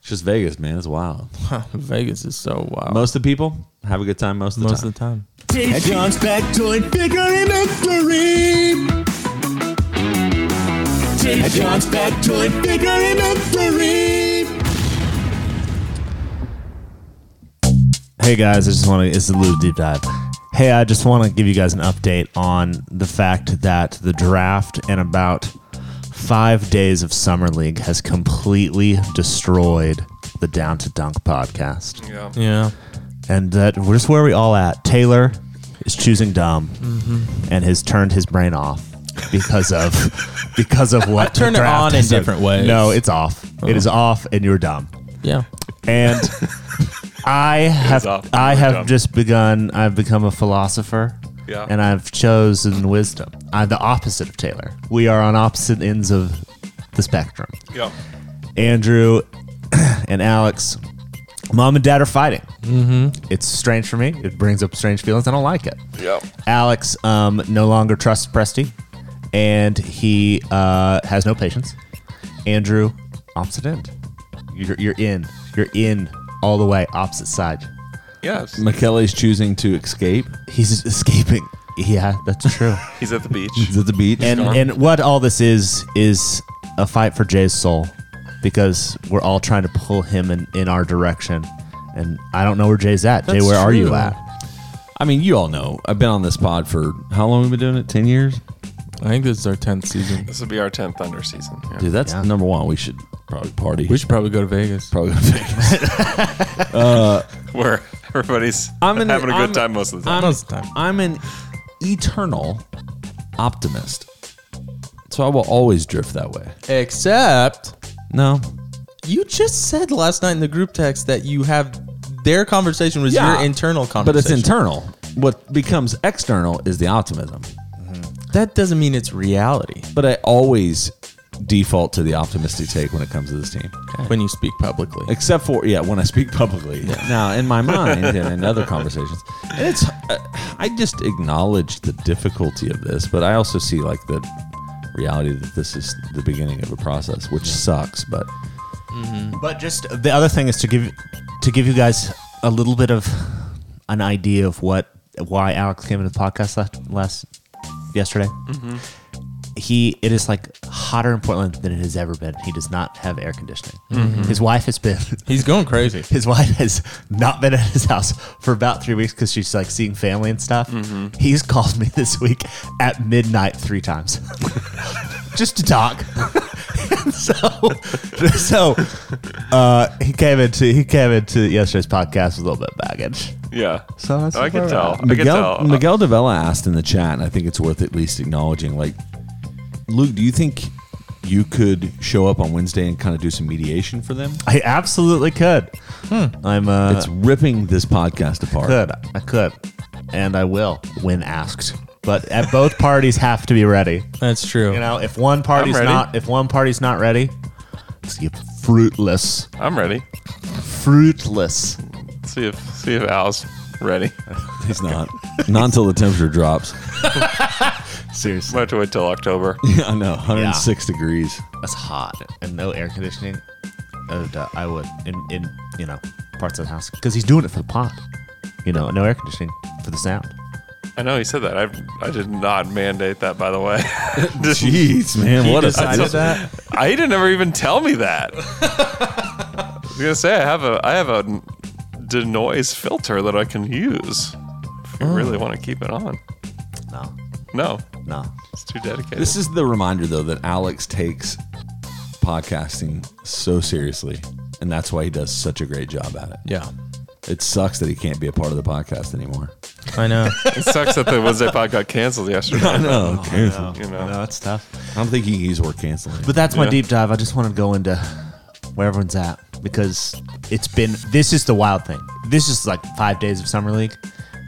E: It's just Vegas, man. It's wild.
D: *laughs* Vegas is so wild.
E: Most of the people have a good time most of the
D: most
E: time.
D: of the time.
F: At John's back joint pickery mystery. At John's back joint pickery mystery.
A: Hey guys, I just want to. It's a little deep dive. Hey, I just want to give you guys an update on the fact that the draft and about five days of summer league has completely destroyed the Down to Dunk podcast,
C: Yeah.
D: Yeah,
A: and that we're just where we all at. Taylor is choosing dumb,
D: Mm-hmm.
A: and has turned his brain off because
D: *laughs*
A: of because of what the
D: turned it
A: draft
D: on in
A: has done.
D: different ways. Uh-huh.
A: No, it's off. It is off, and you're dumb
D: yeah. *laughs*
A: and I have
C: off.
A: I have
C: Dumb.
A: just begun. I've become a philosopher,
C: Yeah.
A: and I've chosen wisdom. I'm the opposite of Taylor. We are on opposite ends of the spectrum.
C: Yeah.
A: Andrew *clears throat* and Alex, mom and dad are fighting. Mm-hmm. It's strange for me. It brings up strange feelings. I don't like it.
C: Yeah.
A: Alex um, no longer trusts Presty, and he uh, has no patience. Andrew, opposite end. You're, you're in. You're in all the way, opposite side.
E: *laughs*
C: Yes.
E: McKelly's choosing to escape.
A: He's escaping. Yeah, that's true.
C: He's at the beach.
E: He's at the beach.
A: and and what all this is is a fight for Jay's soul, because we're all trying to pull him in, in our direction. And I don't know where Jay's at. Jay,
D: That's
A: where are you
D: true.
A: at?
E: I mean, you all know. I've been on this pod for how long have we been doing it? Ten years?
D: I think this is our tenth season.
C: This will be our 10th Thunder season. Yeah.
E: Dude, that's
A: Yeah.
E: number one. We should probably party.
D: We should probably go to Vegas.
E: probably go to Vegas.
C: Where everybody's
E: I'm in-
C: having a good
E: I'm-
C: time most of the time.
D: Most of the time.
E: I'm an eternal optimist. So I will always drift that way.
D: Except
E: No.
D: you just said last night in the group text that you have their conversation was
E: Yeah,
D: your internal
E: But
D: conversation.
E: it's internal. What becomes external is the optimism.
D: That doesn't mean it's reality
E: But I always default to the optimistic take when it comes to this team.
D: when you speak publicly.
E: except for yeah when i speak publicly *laughs* now in my mind and in other *laughs* conversations and it's uh, i just acknowledge the difficulty of this but i also see like the reality that this is the beginning of a process which sucks but
A: But just the other thing is to give to give you guys a little bit of an idea of what why Alex came into the podcast last, last yesterday. He it is like hotter in Portland than it has ever been. He does not have air conditioning. His wife has been
D: He's going crazy.
A: his *laughs* wife has not been at his house for about three weeks because she's like seeing family and stuff. He's called me this week at midnight three times *laughs* just to talk. *laughs* And so, so uh, he came into he came into yesterday's podcast with a little bit of baggage.
C: Yeah. Oh,
A: So that's
C: I can
A: where
C: tell. I can
E: miguel
C: tell.
E: miguel devella asked in the chat and i think it's worth at least acknowledging like luke do you think you could show up on wednesday and kind of do some mediation for them
A: I absolutely could. I'm uh,
E: it's ripping this podcast apart
C: *laughs*
A: could I could, and I will when asked. But at both *laughs* parties have to be ready.
D: That's true.
A: You know, if one party's
C: ready.
A: not if one party's not ready, it's fruitless.
C: I'm ready.
A: Fruitless.
C: See if see if Al's ready.
E: he's not not until the temperature drops *laughs*
A: Seriously.
C: Might have to wait till October.
E: Yeah, I know. 106 degrees.
A: That's hot and no air conditioning. Oh, duh, I would in in you know parts of the house because he's doing it for the pot. You know, no air conditioning for the sound.
C: I know he said that. I I did not mandate that, by the way. *laughs*
E: Jeez, man. What a
C: decided that. I didn't ever even tell me that. I was gonna say I have a I have a denoise filter that I can use if you really want to keep it on.
A: No,
C: No,
A: no.
C: it's too dedicated.
E: This is the reminder, though, that Alex takes podcasting so seriously. And that's why he does such a great job at it.
D: Yeah.
E: It sucks that he can't be a part of the podcast anymore.
D: I know.
C: it sucks that the Wednesday pod got
A: *laughs*
C: canceled yesterday.
E: know. I
C: You know,
A: Oh, No, that's tough.
E: don't think he can use the word canceling.
A: But that's my
C: Yeah.
A: deep dive. I just wanted to go into where everyone's at. because it's been this is the wild thing. This is like five days of summer league.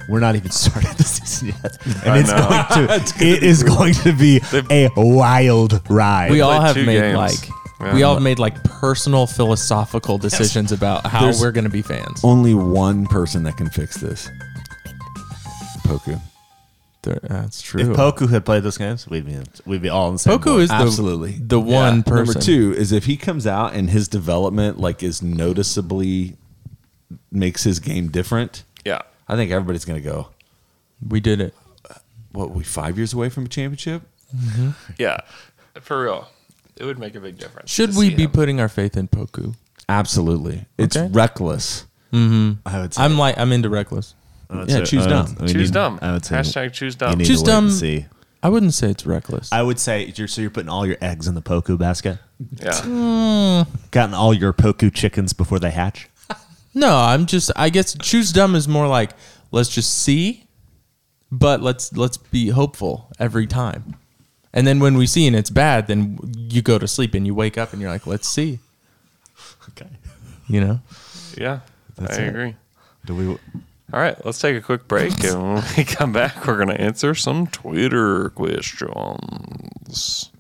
A: We're not even *laughs* started the season yet, and
H: I
A: *laughs* it's
H: know.
A: going to it is going to *laughs* be a wild ride.
D: we all
H: played
D: have
H: two
D: made
H: games.
D: like
H: Yeah.
D: we all have made like personal philosophical decisions about how
E: There's- Oh,
D: we're gonna be fans.
E: Only one person that can fix this. Poku.
D: There- That's true.
A: if Poku had played those games, we'd be we'd be all in the same.
D: Poku
A: boat.
D: is the,
E: Absolutely.
D: the one
E: Yeah.
D: person.
E: Number two is if he comes out and his development like is noticeably makes his game different.
H: Yeah.
E: I think everybody's gonna go.
D: We did it.
E: What we five years away from a championship?
H: Yeah. For real. It would make a big difference.
D: Should
H: to
D: we
H: see
D: be
H: him.
D: putting our faith in Poku?
E: Absolutely, it's
D: Okay.
E: reckless.
A: I would say,
D: I'm like I'm into reckless.
A: I would
E: yeah,
A: say-
E: choose
A: I would-
E: dumb.
A: we
H: choose
A: need-
H: dumb?
A: I would say
H: Hashtag choose
A: you
H: dumb.
A: need
D: Choose
A: to wait
D: dumb.
A: and see.
D: I wouldn't say it's reckless.
A: I would say you're so you're putting all your eggs in the Poku basket.
H: Yeah.
A: Gotten all your Poku chickens before they hatch.
D: no, I'm just I guess choose dumb is more like let's just see, but let's let's be hopeful every time. And then when we see and it's bad, then you go to sleep and you wake up and you're like, let's see.
A: Okay.
D: You know?
H: Yeah. I agree.
A: Do we?
H: All right, let's take a quick break. And when we *laughs* come back, we're going to answer some Twitter questions.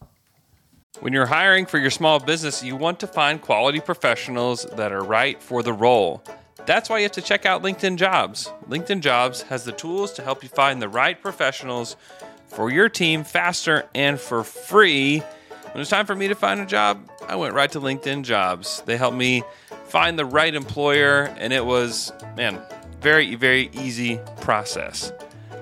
H: When you're hiring for your small business, you want to find quality professionals that are right for the role. That's why you have to check out LinkedIn Jobs. LinkedIn Jobs has the tools to help you find the right professionals for your team faster and for free. When it's time for me to find a job, I went right to LinkedIn Jobs. They helped me find the right employer, and it was, man, very, very easy process.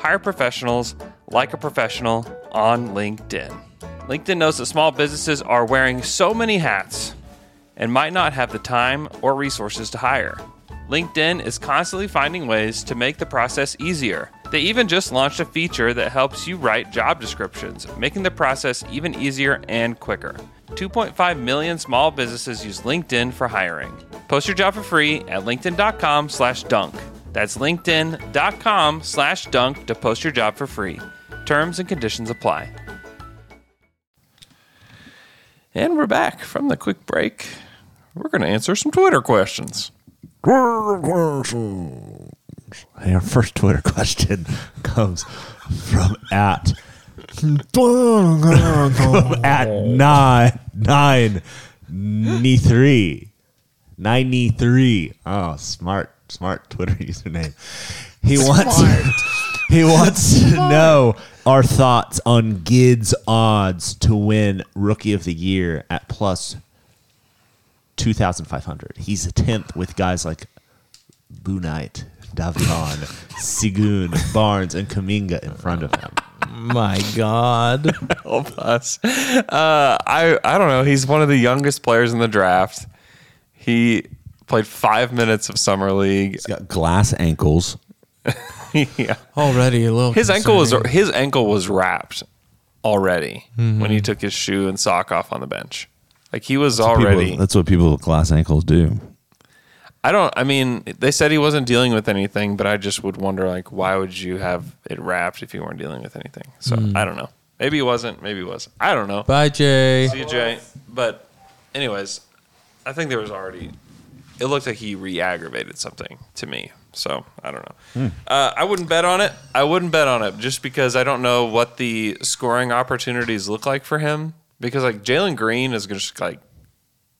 H: Hire professionals like a professional on LinkedIn. LinkedIn knows that small businesses are wearing so many hats and might not have the time or resources to hire. LinkedIn is constantly finding ways to make the process easier. They even just launched a feature that helps you write job descriptions, making the process even easier and quicker. 2.5 million small businesses use LinkedIn for hiring. Post your job for free at linkedin.com/dunk. slash dunk. That's linkedin.com/dunk slash dunk to post your job for free. Terms and conditions apply. And we're back from the quick break. We're going to answer some Twitter questions.
A: Hey, our first Twitter question comes from at from at nine nine ninety three ninety three. Oh, smart, smart Twitter *laughs* username. He wants he wants to know our thoughts on Gid's odds to win Rookie of the Year at plus two thousand five hundred. He's a tenth with guys like Bunite, Davion, Sigun, Barnes, and Kaminga in front of him.
D: My God.
H: Help us. Uh, I, I don't know. He's one of the youngest players in the draft. He played five minutes of Summer League.
E: He's got glass ankles.
H: yeah.
D: Already a little
H: His ankle was
D: concerning.
H: his ankle was wrapped already when he took his shoe and sock off on the bench. Like he was already.
E: People- that's what people with glass ankles do.
H: I don't. I mean, they said he wasn't dealing with anything, but I just would wonder, like, why would you have it wrapped if you weren't dealing with anything? So I don't know. Maybe he wasn't. Maybe he was. I don't know.
D: Bye Jay.
H: See you, Jay. But, anyways, I think there was already. It looked like he re-aggravated something to me. So I don't know. Uh, I wouldn't bet on it. I wouldn't bet on it just because I don't know what the scoring opportunities look like for him. Because like Jalen Green is just like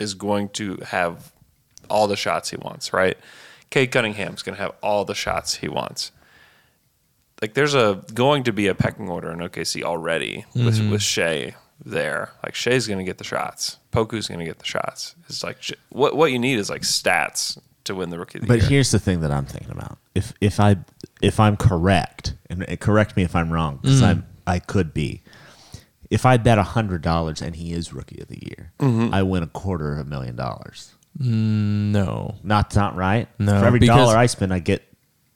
H: is going to have all the shots he wants, right? Kate Cunningham's going to have all the shots he wants. Like there's a going to be a pecking order in OKC already with with Shea there. Like Shea's going to get the shots. Poku's going to get the shots. It's like sh- what what you need is like stats to win the rookie of the
A: But
H: year.
A: here's the thing that I'm thinking about. If if I if I'm correct, and uh, correct me if I'm wrong, because I'm I could be. Mm-hmm. If I bet hundred dollars and he is rookie of the year, I win a quarter of a million dollars.
D: No,
A: Not not right.
D: No,
A: for every
D: because-
A: dollar I spend, I get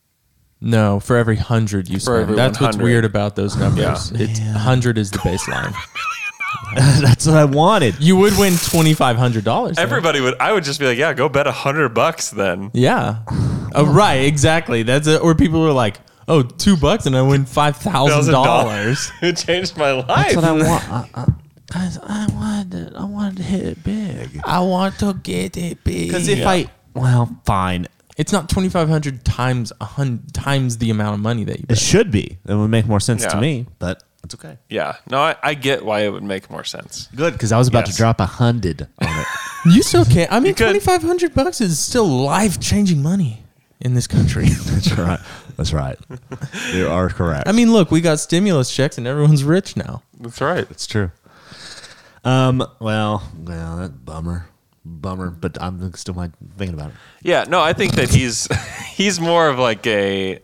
A: *laughs*
D: no. For every hundred you spend,
C: every
D: that's what's
C: 100.
D: weird about those numbers. It's hundred is the baseline.
A: that's what I wanted.
D: you would win twenty five hundred dollars.
C: Everybody would. I would just be like, yeah, go bet a hundred bucks then.
D: Yeah. Uh, right, exactly. That's it. Or people are like, oh, two bucks and I win five thousand dollars.
C: *laughs* it changed my
A: *laughs*
C: life.
A: That's what I want. I, I, guys, I wanted to, I wanted to hit it *laughs* big.
D: I want to get it big.
A: Because if I well, fine,
D: *laughs* it's not twenty five hundred times a hundred times the amount of money that you
A: it
D: bet.
A: should be. It would make more sense to
C: Yeah.
A: me, but it's okay.
C: yeah, no, I, I get why it would make more sense.
A: Good, because I was about
C: Yes.
A: to drop a hundred on it.
D: *laughs* You still can't. I mean,
C: could-
D: twenty five hundred bucks is still life changing money in this country. *laughs*
A: That's right. That's right.
F: You are correct.
D: I mean, look, we got stimulus checks and everyone's rich now.
C: That's right.
A: It's true. Um. Well. Well. That bummer. Bummer. But I'm still my, thinking about it.
C: Yeah, no, I think that he's *laughs* he's more of like a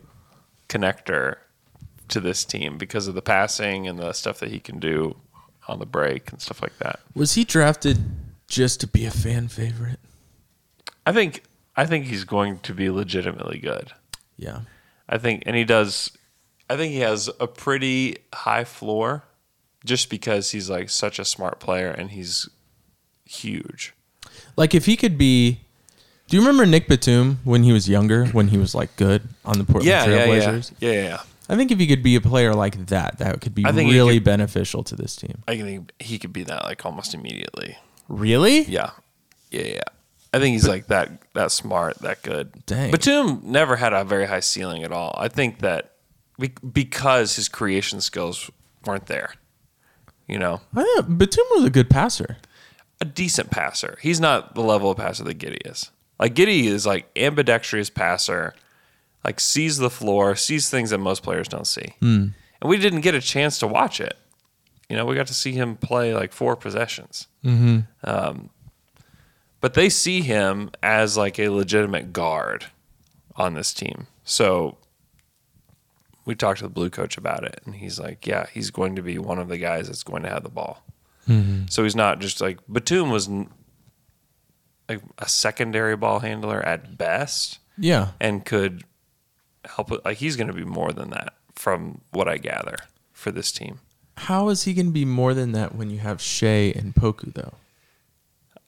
C: connector to this team because of the passing and the stuff that he can do on the break and stuff like that.
D: Was he drafted just to be a fan favorite?
C: I think I think he's going to be legitimately good.
D: Yeah.
C: I think, and he does. I think he has a pretty high floor, just because he's like such a smart player and he's huge.
D: Like if he could be. Do you remember Nick Batum when he was younger, when he was like good on the Portland
C: Yeah, yeah, yeah,
D: Trailblazers?
C: yeah, yeah, yeah.
D: I think if he could be a player like that, that could be
C: I think he
D: really
C: could-
D: beneficial to this team.
C: I think he could be that like almost immediately.
D: Really?
C: Yeah, yeah, yeah. I think he's like that that smart, that good.
D: Dang.
C: Batum never had a very high ceiling at all. I think that be- because his creation skills weren't there. You know,
D: I thought Batum was a good passer.
C: a decent passer. He's not the level of passer that Giddy is. Like Giddy is like ambidextrous passer, like sees the floor, sees things that most players don't see. And we didn't get a chance to watch it. You know, we got to see him play like four possessions. Um, but they see him as like a legitimate guard on this team. So we talked to the blue coach about it, and he's like, "Yeah, he's going to be one of the guys that's going to have the ball." So he's not just like Batum was n- like a secondary ball handler at best
D: Yeah.
C: and could help with like he's going to be more than that from what I gather for this team.
D: How is he going to be more than that when you have Shea and Poku though?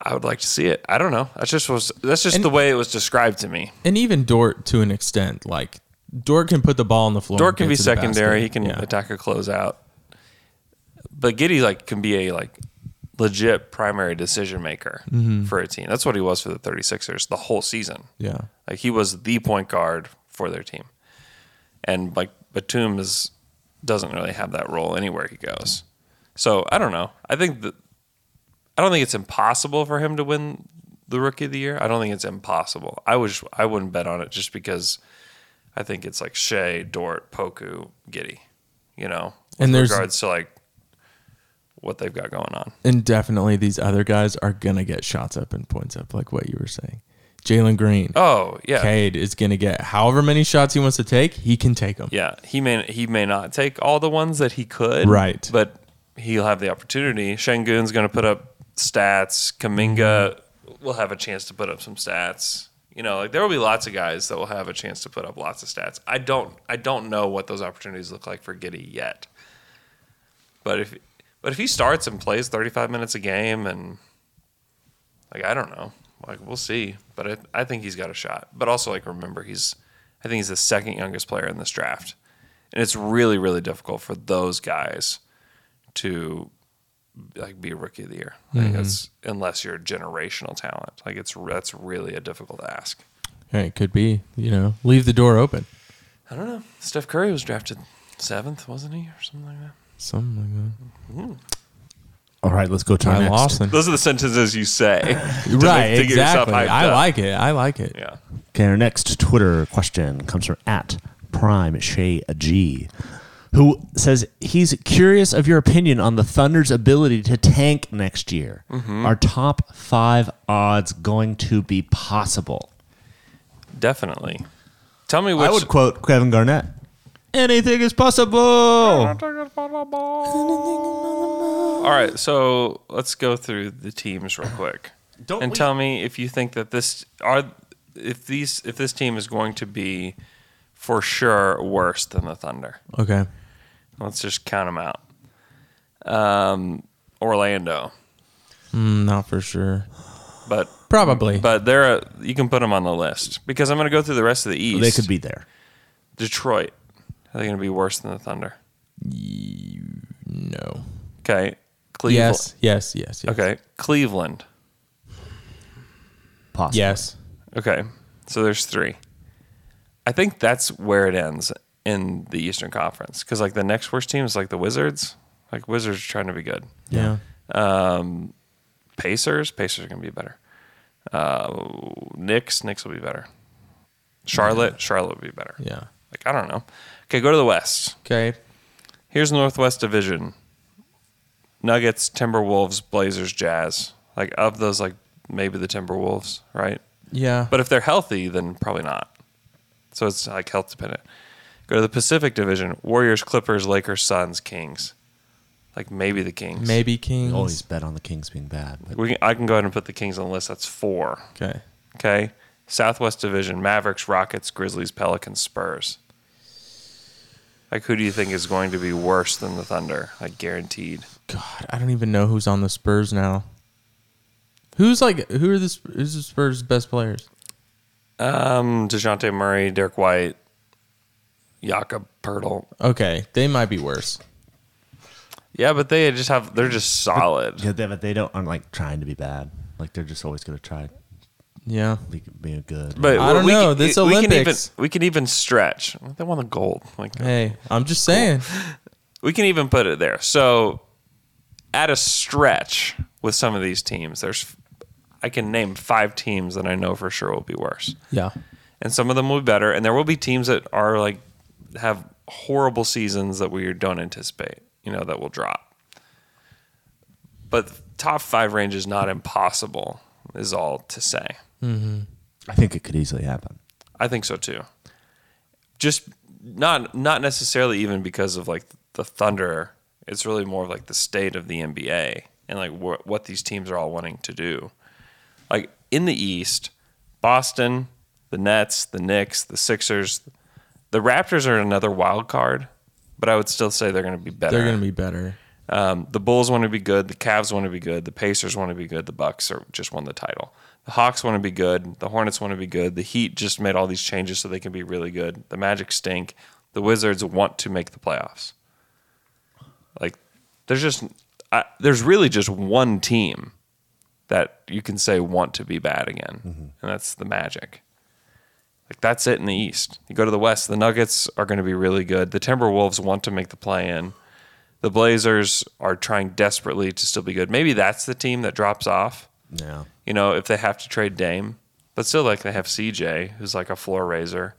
C: I would like to see it. I don't know. That's just was that's just
D: And-
C: the way it was described to me.
D: And even Dort to an extent, like Dort can put the ball on the floor.
C: Dort can
D: and
C: be
D: get to the
C: secondary.
D: basket.
C: He can
D: Yeah.
C: attack a closeout. But Giddy like can be a like legit primary decision maker
D: Mm-hmm.
C: for a team. That's what he was for the 36ers the whole season.
D: Yeah.
C: Like he was the point guard for their team. And like Batum is doesn't really have that role anywhere he goes. So I don't know. I think that I don't think it's impossible for him to win the rookie of the year. I don't think it's impossible. I wish I wouldn't bet on it just because I think it's like Shea, Dort, Poku, Giddy, you know, with
D: And there's-
C: regards to like what they've got going on.
D: And definitely these other guys are going to get shots up and points up, like what you were saying. Jalen Green.
C: Oh, yeah.
D: Cade is going to get however many shots he wants to take, he can take them.
C: Yeah, he may he may not take all the ones that he could,
D: Right.
C: But he'll have the opportunity. Shangun's going to put up stats. Kaminga will have a chance to put up some stats. You know, like there will be lots of guys that will have a chance to put up lots of stats. I don't I don't know what those opportunities look like for Giddy yet. But if but if he starts and plays 35 minutes a game and like I don't know, like we'll see. But I, I think he's got a shot. But also like remember he's I think he's the second youngest player in this draft, and it's really really difficult for those guys to like be a rookie of the year. Like
D: Mm-hmm.
C: that's unless you're generational talent. Like it's that's really a difficult ask.
D: Hey, it could be, you know, leave the door open.
C: I don't know. Steph Curry was drafted seventh, wasn't he, or something like that?
D: Something like
A: All right, let's go to
D: that.
A: our
D: Ryan
A: next.
D: Lawson.
C: Those are the sentences
D: *laughs*
C: you say, to,
D: right,
C: like, to get yourself
D: exactly.
C: hyped
D: I
C: up.
D: like it. I like it.
C: Yeah.
A: Okay, our next Twitter question comes from at Prime Shay G, who says he's curious of your opinion on the Thunder's ability to tank next year. Are top five odds going to be possible?
C: Definitely. Tell me which
A: I would quote Kevin Garnett. Anything is possible.
C: All right, so let's go through the teams real quick.
A: *clears throat* Don't
C: and
A: we-
C: tell me if you think that this are if these if this team is going to be for sure worse than the Thunder.
D: Okay.
C: Let's just count them out. Um, Orlando,
D: Mm, not for sure.
C: but
D: Probably.
C: but they're a, you can put them on the list because I'm going to go through the rest of the East.
A: They could be there.
C: Detroit. Are they going to be worse than the Thunder?
D: no.
C: Okay, Cleveland.
D: Yes, yes, yes, yes.
C: Okay, Cleveland.
A: Possibly.
D: Yes.
C: Okay, so there's three. I think that's where it ends in the Eastern Conference because like the next worst team is like the Wizards. Like Wizards are trying to be good.
D: Yeah.
C: Um, Pacers. Pacers are going to be better. Uh, Knicks. Knicks will be better. Charlotte. Charlotte will be better.
D: Yeah.
C: Like I don't know. Okay, go to the West.
D: Okay.
C: Here's Northwest Division. Nuggets, Timberwolves, Blazers, Jazz. Like of those, like maybe the Timberwolves, right?
D: Yeah.
C: But if they're healthy, then probably not. So it's like health dependent. Go to the Pacific Division: Warriors, Clippers, Lakers, Suns, Kings. Like maybe the Kings.
D: maybe Kings.
A: Always bet on the Kings being bad. But
C: We can, I can go ahead and put the Kings on the list. That's four.
D: Okay.
C: Okay. Southwest Division: Mavericks, Rockets, Grizzlies, Pelicans, Spurs. Like who do you think is going to be worse than the Thunder? Like guaranteed.
D: God, I don't even know who's on the Spurs now. Who's like who are the Sp- who's the Spurs best players?
C: Um, Dejounte Murray, Derek White, Jakob Pertl.
D: Okay, they might be worse.
C: Yeah, but they just have. They're just solid.
A: Yeah, they, but they don't aren't like trying to be bad. Like they're just always gonna try
D: Yeah.
A: be- being good.
C: But
D: I don't
C: we
D: know.
C: Can, e,
D: This
C: we can even
D: Olympics-
C: we can even stretch. They won the gold. Like
D: Hey, I'm just saying.
C: we can even put it there. So at a stretch with some of these teams, there's I can name five teams that I know for sure will be worse,
D: Yeah.
C: and some of them will be better, and there will be teams that are like have horrible seasons that we don't anticipate. You know that will drop. But top five range is not impossible. Is all to say.
A: I think it could easily happen.
C: I think so too. Just not not necessarily even because of like the Thunder. It's really more of like the state of the NBA and like wh- what these teams are all wanting to do. Like in the East, Boston, the Nets, the Knicks, the Sixers, the Raptors are another wild card, but I would still say they're going to be better.
D: They're going to be better.
C: Um, the Bulls want to be good. The Cavs want to be good. The Pacers want to be good. The Bucks are, just won the title. The Hawks want to be good. The Hornets want to be good. The Heat just made all these changes so they can be really good. The Magic stink. The Wizards want to make the playoffs. Like, there's just I, there's really just one team that you can say want to be bad again, and that's the Magic. Like that's it in the East. You go to the West, the Nuggets are going to be really good. The Timberwolves want to make the play in. The Blazers are trying desperately to still be good. Maybe that's the team that drops off.
A: Yeah.
C: You know, if they have to trade Dame, but still, like they have CJ, who's like a floor raiser.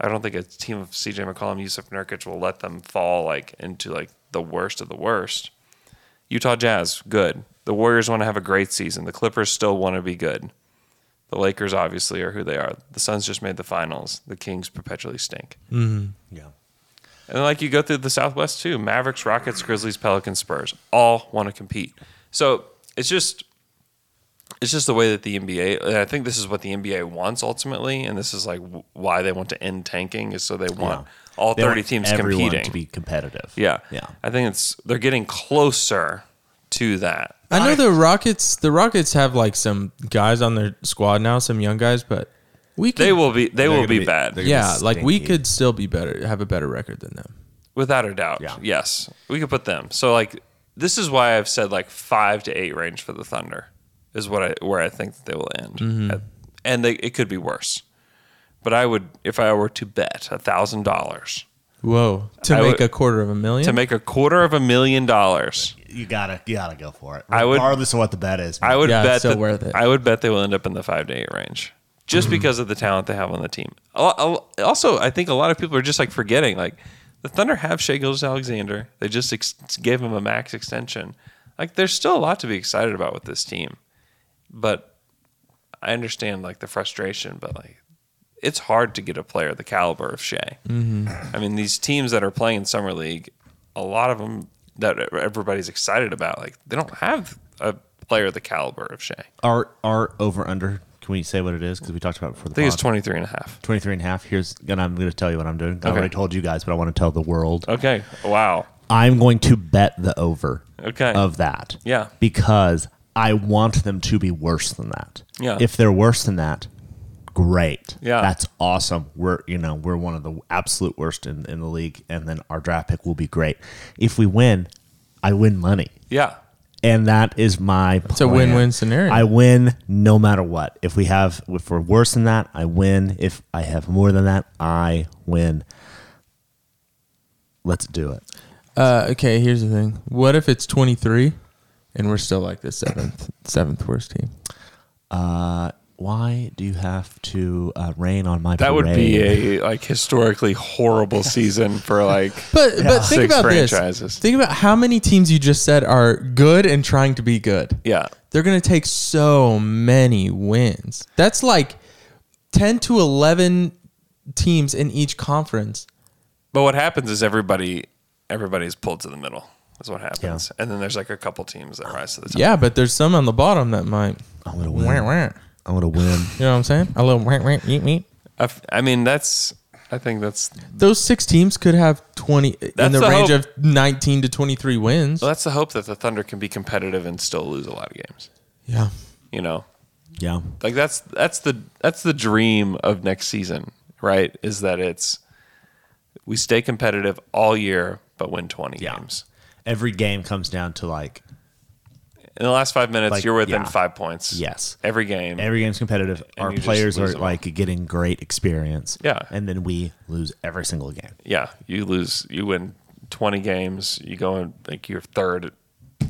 C: I don't think a team of CJ McCollum, Yusuf Nurkic will let them fall like into like the worst of the worst. Utah Jazz, good. The Warriors want to have a great season. The Clippers still want to be good. The Lakers obviously are who they are. The Suns just made the finals. The Kings perpetually stink.
A: Mm-hmm. Yeah.
C: And like you go through the Southwest too Mavericks, Rockets, Grizzlies, Pelicans, Spurs all want to compete. So it's just. It's just the way that the NBA, and I think this is what the NBA wants ultimately, and this is like w- why they want to end tanking is so they want all
A: They
C: thirty
A: want
C: teams
A: everyone
C: competing.
A: to be competitive.
C: yeah,
A: Yeah.
C: I think it's they're getting closer to that.
D: I know the Rockets. The Rockets have like some guys on their squad now, some young guys, but we could,
C: They will be. They will be, bad,
D: Yeah, like we
A: stinky.
D: could still be better, have a better record than them.
C: without a doubt.
A: Yeah.
C: Yes, we could put them. So like, this is why I've said like five to eight range for the Thunder is what I where I think that they will end,
A: Mm-hmm.
C: At- and they, it could be worse. But I would, if I were to bet a thousand dollars
D: Whoa! To
C: I
D: make
C: would-
D: a quarter of a million.
C: to make a quarter of a million dollars,
A: You gotta you gotta go for it.
C: I would-
A: regardless of what the bet is.
C: I would
D: Yeah, it's
C: bet
D: still
C: that,
D: worth it.
C: I would bet they will end up in the five to eight range, just because of the talent they have on the team. Al- al- Also, I think a lot of people are just like forgetting, like the Thunder have Shea Gilgeous Alexander. They just ex- gave him a max extension. Like, there's still a lot to be excited about with this team, but I understand like the frustration, but like. It's hard to get a player the caliber of Shea. I mean, these teams that are playing in summer league, a lot of them that everybody's excited about, like they don't have a player the caliber of Shea. I
A: Our our over under. Can we say what it is? Because we talked about it before the
C: think it's
A: pod.
C: 23 and a half.
A: 23 and a half. Here's, and I'm going to tell you what I'm doing. I
C: Okay.
A: already told you guys, but I want to tell the world.
C: Okay. Wow.
A: I'm going to bet the over
C: Okay.
A: of that.
C: Yeah.
A: Because I want them to be worse than that.
C: Yeah.
A: If they're worse than that, great.
C: Yeah.
A: That's awesome. We're you know, we're one of the absolute worst in, in the league, and then our draft pick will be great. If we win, I win money.
C: Yeah.
A: And that is my It's
D: a win-win scenario.
A: I win no matter what. If we have if we're worse than that, I win. If I have more than that, I win. Let's do it.
D: Uh, okay, here's the thing. What if it's 23 and we're still like the seventh, seventh worst team?
A: Uh, why do you have to uh, rain on my
C: That
A: parade?
C: would be a like historically *laughs* horrible season for like
D: But but think
C: six
D: about
C: franchises.
D: this. Think about how many teams you just said are good and trying to be good.
C: yeah.
D: They're going to take so many wins. That's like 10 to 11 teams in each conference.
C: But what happens is everybody everybody's pulled to the middle. Is what happens. And then there's like a couple teams that rise to the top.
D: Yeah, but there's some on the bottom that might.
A: I'm gonna
D: Wah,
A: win.
D: wah.
A: I'm gonna win.
C: *laughs*
D: You know what I'm saying? A little wah, wah, meep, meep.
C: I, f- I mean that's I think that's
D: Those six teams could have 20 in
C: That's
D: the,
C: the
D: range
C: hope.
D: of 19 to 23 wins.
C: well, that's the hope that the Thunder can be competitive and still lose a lot of games.
D: Yeah.
C: You know,
A: Yeah,
C: like that's that's the that's the dream of next season, right? Is that it's we stay competitive all year but win 20
A: Yeah.
C: games.
A: every game comes down to like
C: In the last 5 minutes
A: Like,
C: you're within
A: yeah.
C: 5 points.
A: Yes.
C: Every game.
A: every game's competitive. Our
C: you just
A: players
C: lose
A: are
C: them
A: like getting great experience.
C: Yeah.
A: and then we lose every single game.
C: yeah, you lose you win 20 games, you go in like you're third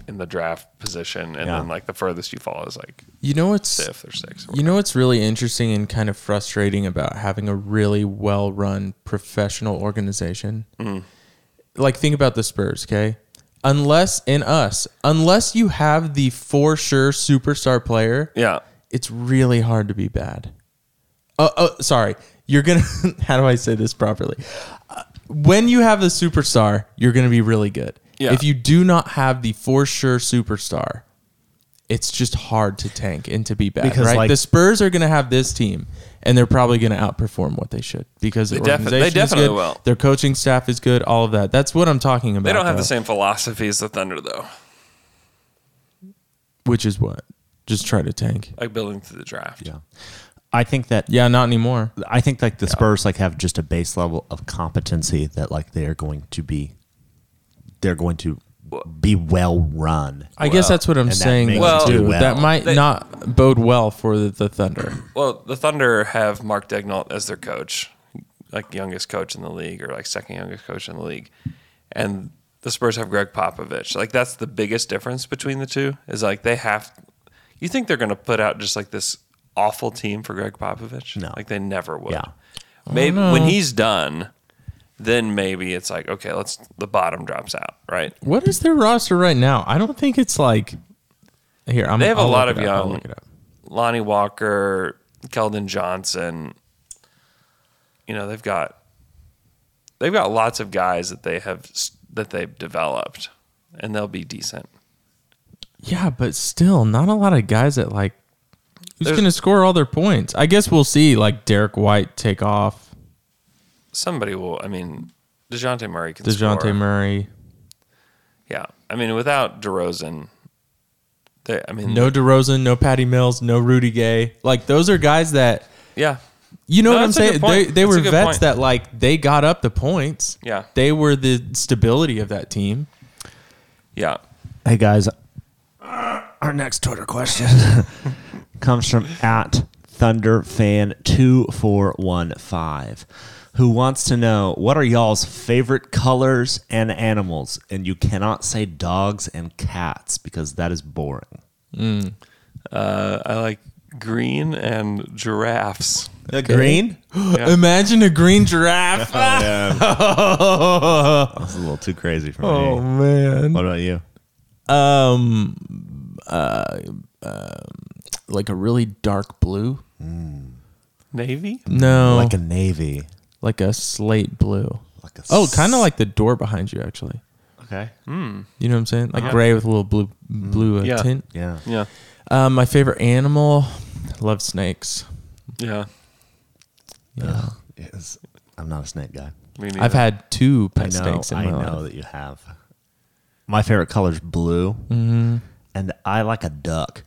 C: in the draft position and
A: Yeah.
C: then like the furthest you fall is like
D: You know what's
C: fifth or sixth.
D: You know what's really interesting and kind of frustrating about having a really well run professional organization? Like, think about the Spurs, okay? Unless, in us, unless you have the for sure superstar player,
C: yeah.
D: it's really hard to be bad. Oh, oh sorry. You're going to, *laughs* how do I say this properly? Uh, when you have the superstar, you're going to be really good.
C: Yeah.
D: If you do not have the for sure superstar, it's just hard to tank and to be bad,
A: Because,
D: right?
A: like-
D: the Spurs are going to have this team, and they're probably going to outperform what they should because the
C: They defi-
D: organization
C: they definitely
D: is good,
C: will.
D: Their coaching staff is good. All of that. That's what I'm talking about.
C: They don't have
D: though,
C: the same philosophy as the Thunder though.
D: Which is what just try to tank.
C: Like building through the draft.
A: Yeah, I think that.
D: Yeah, not anymore.
A: I think like the Spurs like have just a base level of competency that like they are going to be, they're going to be well run.
D: I guess that's what I'm
A: and that
D: saying.
A: makes
C: Well-
D: too.
A: it well.
D: that might
C: They-
D: not bode well for the, the Thunder.
C: Well, the Thunder have Mark Dagnall as their coach, like youngest coach in the league or like second youngest coach in the league. And the Spurs have Greg Popovich. Like that's the biggest difference between the two is like they have you think they're going to put out just like this awful team for Greg Popovich?
A: No.
C: Like they never would.
A: Yeah.
C: Maybe when he's done, then maybe it's like okay, let's the bottom drops out, right?
D: What is their roster right now? I don't think it's like here. I'm,
C: They have a
D: I'll
C: lot
D: look
C: of
D: it up. I'll
C: young-
D: look it up.
C: Lonnie Walker, Keldon Johnson. You know, they've got they've got lots of guys that they have that they've developed, and they'll be decent.
D: Yeah, but still, not a lot of guys that like who's
C: There's-
D: going to score all their points. I guess we'll see. Like Derek White take off,
C: Somebody will. I mean, Dejounte Murray can.
D: Dejounte
C: score.
D: Murray.
C: Yeah, I mean, without DeRozan, they, I mean,
D: No DeRozan, no Patty Mills, no Rudy Gay. Like those are guys that
C: yeah,
D: you know
C: No,
D: what I'm
C: that's a good
D: saying. They,
C: point.
D: they
C: That's
D: were
C: a good
D: vets
C: point.
D: that like they got up the points.
C: Yeah.
D: they were the stability of that team.
C: yeah.
A: Hey guys, our next Twitter question *laughs* comes from at ThunderFan2415, who wants to know what are y'all's favorite colors and animals? And you cannot say dogs and cats because that is boring.
C: Uh, I like green and giraffes.
A: Green?
D: Imagine a green giraffe.
C: *laughs* Oh,
A: That's a little too crazy for
D: oh
A: me.
D: man.
A: What about you?
D: Um, uh, um, like a really dark blue.
C: Hmm. Navy.
D: No,
A: Like a navy.
D: like a slate blue.
A: Like a
D: Oh, kind of like the door behind you, actually.
A: Okay.
D: You know what I'm saying? Like gray with a little blue blue uh,
C: Hmm. Uh-huh. Yeah.
D: tint.
A: Hmm. Yeah.
C: Yeah.
D: Um, my favorite animal. I love snakes.
C: Yeah.
D: Yeah.
A: Yes. I'm not a snake guy.
C: Me neither.
D: I've had two
A: I
D: pet
A: know.
D: snakes in
A: I
D: my
A: know
D: life.
A: that you have. My favorite color is blue, mm-hmm. and I like a duck.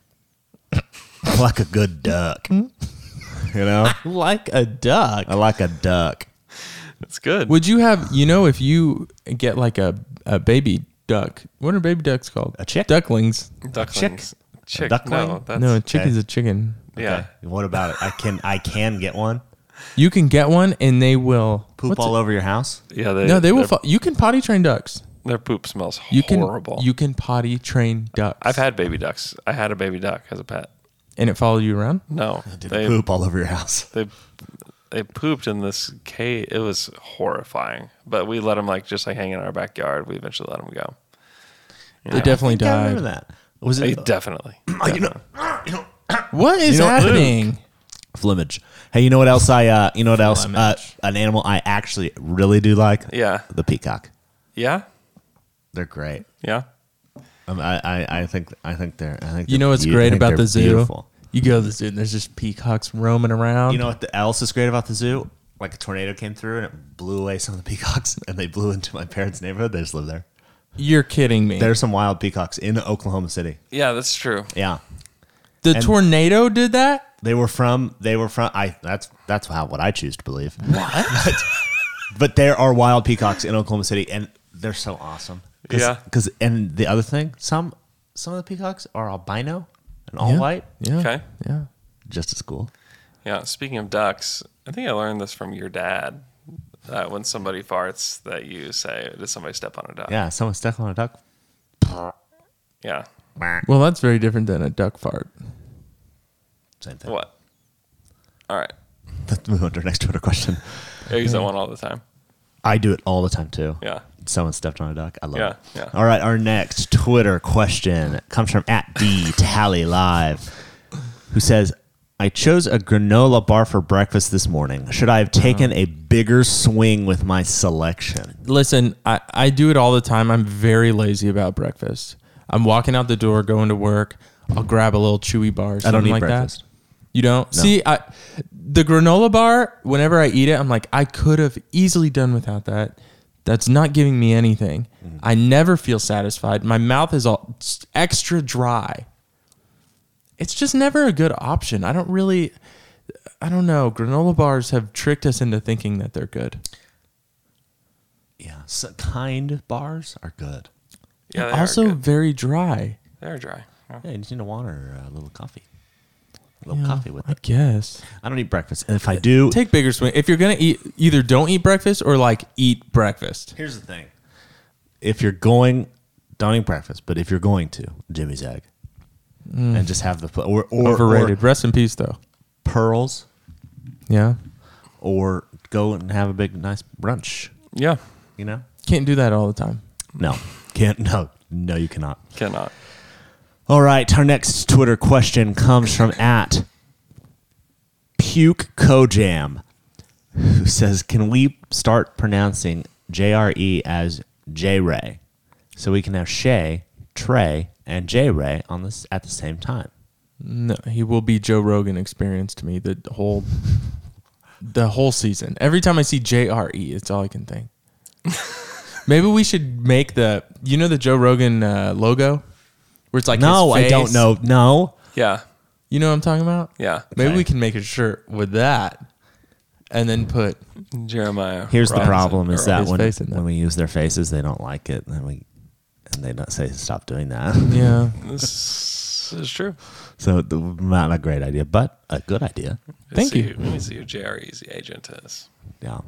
A: I like a good duck. you
D: *laughs*
A: know,
D: Hmm? Like a duck.
A: I like a duck.
C: It's good.
D: Would you have you know if you get like a, a baby duck? What are baby ducks called?
A: A chick?
D: Ducklings.
C: Ducklings. Chick.
A: duckling?
C: No, that's,
D: no, a chick
A: okay.
D: is a chicken.
C: yeah.
A: What about it? I can I can get one.
D: You can get one and they will
A: Poop
D: what's
A: all
D: it-
A: over your house.
C: Yeah. They,
D: No, they will.
C: their-
D: Fo- you can potty train ducks.
C: Their poop smells
D: You can
C: horrible.
D: you can potty train ducks.
C: I've had baby ducks. I had a baby duck as a pet.
D: and it follow you around.
C: No,
A: *laughs* Did
C: they
A: poop all over your house?
C: they they pooped in this cave. It was horrifying. But we let them like just like hang in our backyard. We eventually let them go.
D: They definitely
A: I remember
D: died.
A: that. Was
C: They
A: it *clears throat*
C: definitely.
A: you know
D: What is
A: You know,
D: happening?
A: Flimage. Hey, you know what else I uh you know what else uh, an animal I actually really do like?
C: Yeah.
A: The peacock.
C: Yeah.
A: They're great.
C: Yeah.
A: Um, I, I I think I think they're I think
D: You
A: they're
D: know what's
A: beau- I
D: great
A: think
D: about
A: they're
D: the zoo?
A: beautiful.
D: You go to the zoo and there's just peacocks roaming around.
A: You know what the, else is great about the zoo? Like a tornado came through and it blew away some of the peacocks, *laughs* and they blew into my parents' neighborhood. They just live there.
D: you're kidding me.
A: There's some wild peacocks in Oklahoma City.
C: Yeah. That's true.
A: Yeah,
D: The
A: and-
D: tornado did that.
A: they were from they were from. I that's that's how what I choose to believe. *laughs* What? but there are wild peacocks in Oklahoma City, and they're so awesome. Cause,
C: Yeah.
A: Because and the other thing, some some of the peacocks are albino and all
D: Yeah.
A: white,
D: Yeah.
C: Okay.
D: Yeah.
A: just as cool.
C: Yeah. Speaking of ducks, I think I learned this from your dad. That when somebody farts, that you say, "Did somebody step on a duck?"
A: Yeah, someone stuck on a duck.
C: Yeah.
D: Well, that's very different than a duck fart.
A: Same thing.
C: What? All right.
A: Let's move on to our next Twitter question.
C: I use that one all the time.
A: I do it all the time too.
C: Yeah.
A: Someone stepped on a duck. I love
C: Yeah,
A: it.
C: yeah.
A: All right, our next Twitter question comes from at D Tally Live, who says, "I chose a granola bar for breakfast this morning. Should I have taken a bigger swing with my selection?"
D: Listen, I, I do it all the time. I'm very lazy about breakfast. I'm walking out the door, going to work. I'll grab a little chewy bar. Or something
A: don't eat
D: like
A: breakfast.
D: That. You don't see I, the granola bar. Whenever I eat it, I'm like, I could have easily done without that. That's not giving me anything.
A: Mm-hmm.
D: I never feel satisfied. My mouth is all s- extra dry. It's just never a good option. I don't really. I don't know. Granola bars have tricked us into thinking that they're good.
A: Yeah, so kind bars are good.
C: Yeah. They
D: also
C: are good.
D: very dry.
C: they're dry. Yeah.
A: Yeah, you just need a water or a little coffee. A little
D: Yeah,
A: coffee with
D: I
A: it.
D: guess.
A: I don't eat breakfast, and if I do,
D: Take bigger swing. If you're gonna eat, either don't eat breakfast or like eat breakfast.
A: Here's the thing. If you're going, don't eat breakfast, but if you're going to, Jimmy's egg. And just have the pl- or, or
D: Overrated.
A: or
D: Rest in peace, though.
A: pearls,
D: Yeah,
A: or go and have a big nice brunch.
C: Yeah.
A: You know?
D: can't do that all the time.
A: No, can't. No, no, you cannot.
C: Cannot.
A: All right, our next Twitter question comes from at Puke Kojam, who says, "Can we start pronouncing JRE as J Ray, so we can have Shay, Trey, and J Ray on this at the same time?"
D: No, he will be Joe Rogan experience to me. The whole, the whole season. Every time I see JRE, it's all I
A: *laughs*
D: can think. Maybe we should make the you know the Joe Rogan uh, logo, where it's like
A: No,
D: his
A: I don't
D: face?
A: know. No,
C: Yeah.
D: You know what I'm talking about?
C: Yeah.
D: Maybe we can make a shirt with that, and then put
C: Jeremiah.
A: here's the
C: Robinson.
A: problem: is that
D: his
A: when
D: face in there.
A: when we use their faces, they don't like it, and then we and they not say stop doing that. *laughs*
D: yeah.
C: This is true.
A: so th- not a great idea, but a good idea.
D: Thank
C: see
D: you.
C: Who, let me see who JRE's agent is.
A: Yeah.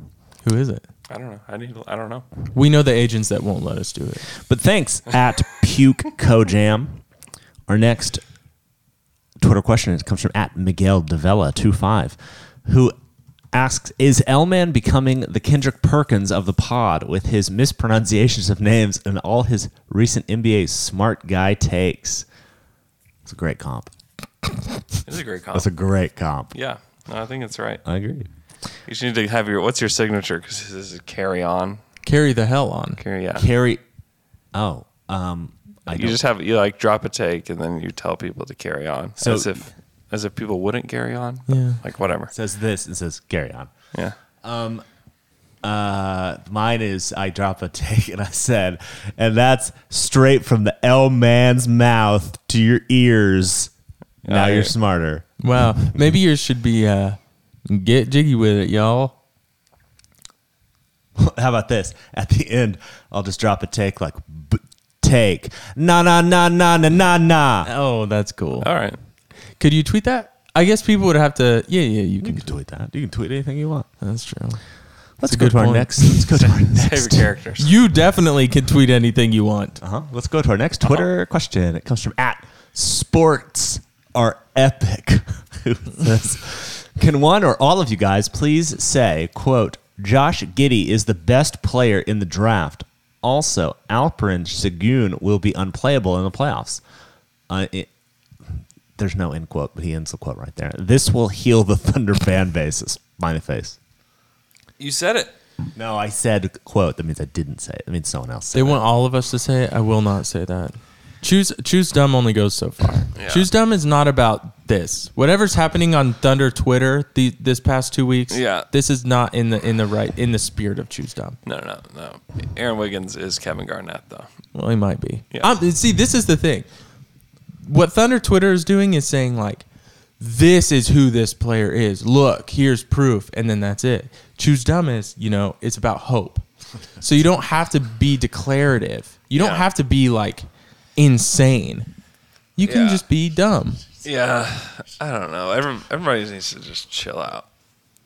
D: Who is it?
C: I don't know. I need. I don't know.
D: We know the agents that won't let us do it.
A: But thanks at Puke Kojam. Our next Twitter question is- comes from at Miguel Devella25, who asks, is L-Man becoming the Kendrick Perkins of the pod with his mispronunciations of names and all his recent NBA smart guy takes? It's a great comp.
C: It's a great comp.
A: That's a great comp.
C: yeah. No, I think it's right.
A: I agree.
C: You should need to have your. What's your signature? Because this is carry on.
D: Carry the hell on.
C: Carry. Yeah.
A: Carry Oh, um, I
H: you
A: don't-
H: just have you like drop a take and then you tell people to carry on
A: So-
H: as if as if people wouldn't carry on. Like whatever.
A: says this and says carry on. Um,
H: Yeah.
A: Uh, mine is I drop a *laughs* take and I said, and that's straight from the L man's mouth to your ears. Now
H: I-
A: you're smarter. *laughs*
D: Wow. Maybe yours should be uh, get jiggy with it, y'all.
A: How about this? At the end, I'll just drop a take like b- take na na na na na na na.
D: Oh, that's cool.
H: All
A: *laughs*
H: right.
D: Could you tweet that? I guess people would have to. Yeah, yeah, you
A: You
D: can.
A: can tweet that. You can tweet anything you want.
D: That's true.
A: Let's
D: a
A: go
D: good
A: to our
D: point.
A: next. Let's go to
D: *laughs*
A: our
H: Save your
A: next.
H: characters.
D: You definitely can tweet anything you want.
A: Uh-huh. Let's go to our next Twitter question. It comes from at sports are epic. *laughs* Who says, Can one or all of you guys please say, quote, Josh Giddy is the best player in the draft. Also, Alperin Segun will be unplayable in the playoffs. Uh, it- there's no end quote, but he ends the quote right there. This will heal the *laughs* Thunder fan base. Smiley face.
H: You said it.
A: No, I said quote. That means I didn't say it. That means someone else said
D: They want all of us to say it. I will not say that. Choose choose dumb only goes so far. Choose dumb is not about this. Whatever's happening on Thunder Twitter the, this past two weeks.
H: Yeah.
D: this is not in the in the right in the spirit of choose dumb.
H: No, no, no. Aaron Wiggins is Kevin Garnett though.
D: Well, he might be.
H: Yeah.
D: Um, see, this is the thing. What Thunder Twitter is doing is saying like, "This is who this player is. Look, here's proof," and then that's it. Choose dumb is you know it's about
H: *laughs*
D: hope. So you don't have to be declarative. You don't
H: Yeah.
D: have to be like insane. You can
H: Yeah.
D: just be dumb.
H: Yeah. I don't know. Every, everybody needs to just chill out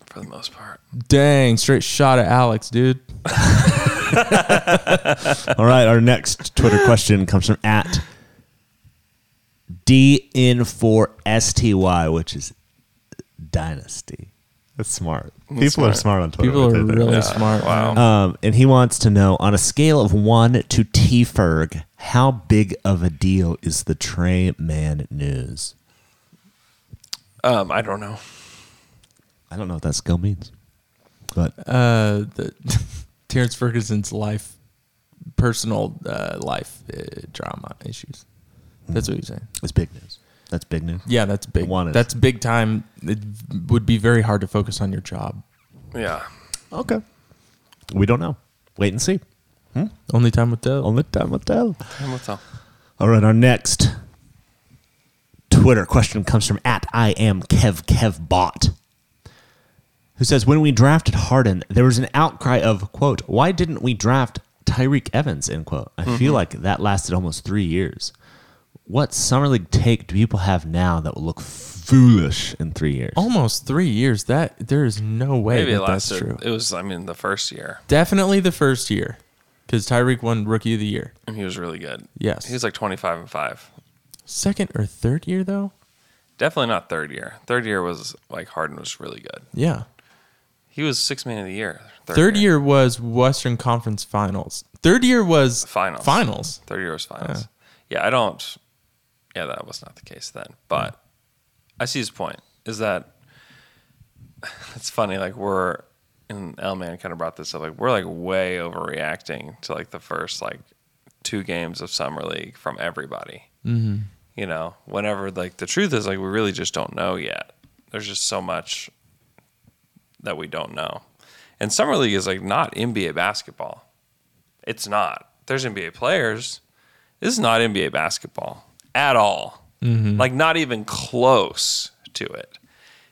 H: for the most part.
D: Dang, straight shot at Alex, dude.
A: All right, our next Twitter question comes from at DN4STY, which is Dynasty. That's smart. People are
H: smart.
A: smart on Twitter.
D: People
A: with
D: are
A: their things.
D: really smart.
H: Wow.
A: Um, and he wants to know on a scale of one to T Ferg, how big of a deal is the Trey Man news?
H: Um, I don't know.
A: I don't know what that scale means, but
D: Uh, the *laughs* Terrence Ferguson's life, personal uh, life uh, drama issues. That's what you're saying.
A: it's big news. That's big news.
D: Yeah, that's big.
A: One is-
D: That's big time. It would be very hard to focus on your job.
H: Yeah.
A: Okay. We don't know. Wait and see.
D: Only time will tell.
A: Only time will tell.
H: And what's up?
A: All right, our next Twitter question comes from at I am Kev Kev Bot, who says, "When we drafted Harden, there was an outcry of quote Why didn't we draft Tyreek Evans?" End quote. I feel like that lasted almost three years. What summer league take do people have now that will look foolish in three years?
D: Almost three years. That there is no way
H: Maybe it
D: that that's
H: lasted.
D: true.
H: It was, I mean, the first year,
D: Definitely the first year, because Tyreek won Rookie of the Year.
H: and he was really good.
D: Yes.
H: He was like 25 and 5.
D: Second or third year though.
H: Definitely not third year. Third year was like Harden was really good.
D: Yeah.
H: He was six man of the year.
D: Third year was Western Conference Finals. Third year was
H: Finals.
D: Finals.
H: Third year was
D: Uh.
H: finals. Yeah. I don't. Yeah, that was not the case then. But I see his point. Is that *laughs* it's funny? Like we're and L man kind of brought this up. Like we're like way overreacting to like the first like two games of summer league from everybody. Mm-hmm. You know, whenever like the truth is like we really just don't know yet. There's just so much that we don't know. And summer league is like not NBA basketball. It's not. There's NBA players. This is not NBA basketball at all.
D: Mm-hmm.
H: Like not even close to it.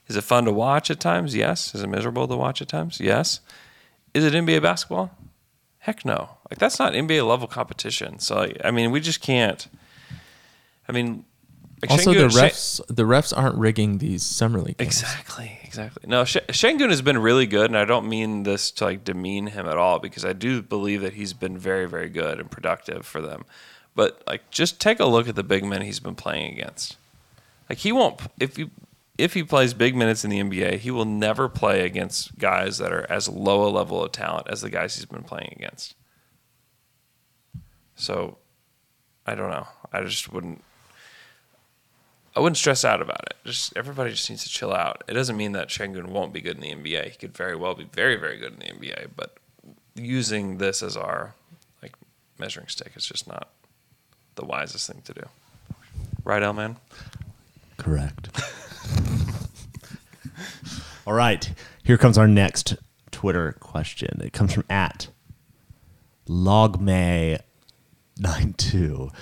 H: Is it fun to watch at times? Yes. Is it miserable to watch at times? Yes. Is it NBA basketball? Heck no. Like that's not NBA level competition. So like, I mean, we just can't. I mean, like,
D: Also, the
H: Şengün- Şen-
D: refs the refs aren't rigging these summer league. games.
H: Exactly, exactly. No, Sh- Shangun has been really good, and I don't mean this to like demean him at all because I do believe that he's been very, very good and productive for them. But like, just take a look at the big men he's been playing against. Like he won't if you if he plays big minutes in the NBA, he will never play against guys that are as low a level of talent as the guys he's been playing against. So, I don't know. I just wouldn't. I wouldn't stress out about it. Just everybody just needs to chill out. It doesn't mean that Shangun won't be good in the NBA. He could very well be very, very good in the NBA. But using this as our like measuring stick is just not the wisest thing to do. Right, L man?
A: Correct. *laughs* All right. Here comes our next Twitter question. It comes from at logmay92,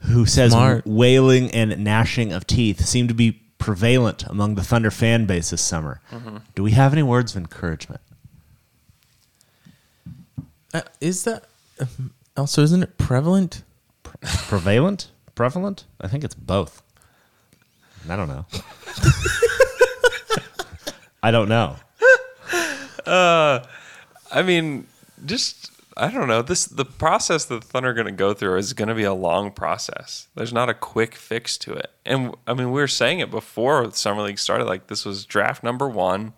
A: who says
D: Smart.
A: wailing and gnashing of teeth seem to be prevalent among the Thunder fan base this summer. Do we have any words of encouragement?
D: Uh, is that um, also isn't it prevalent?
A: Prevalent? Prevalent? I think it's both. I don't know. I don't know.
H: I mean, just I don't know. This the process that the Thunder are going to go through is going to be a long process. There's not a quick fix to it. And I mean, we were saying it before the summer league started. Like this was draft number one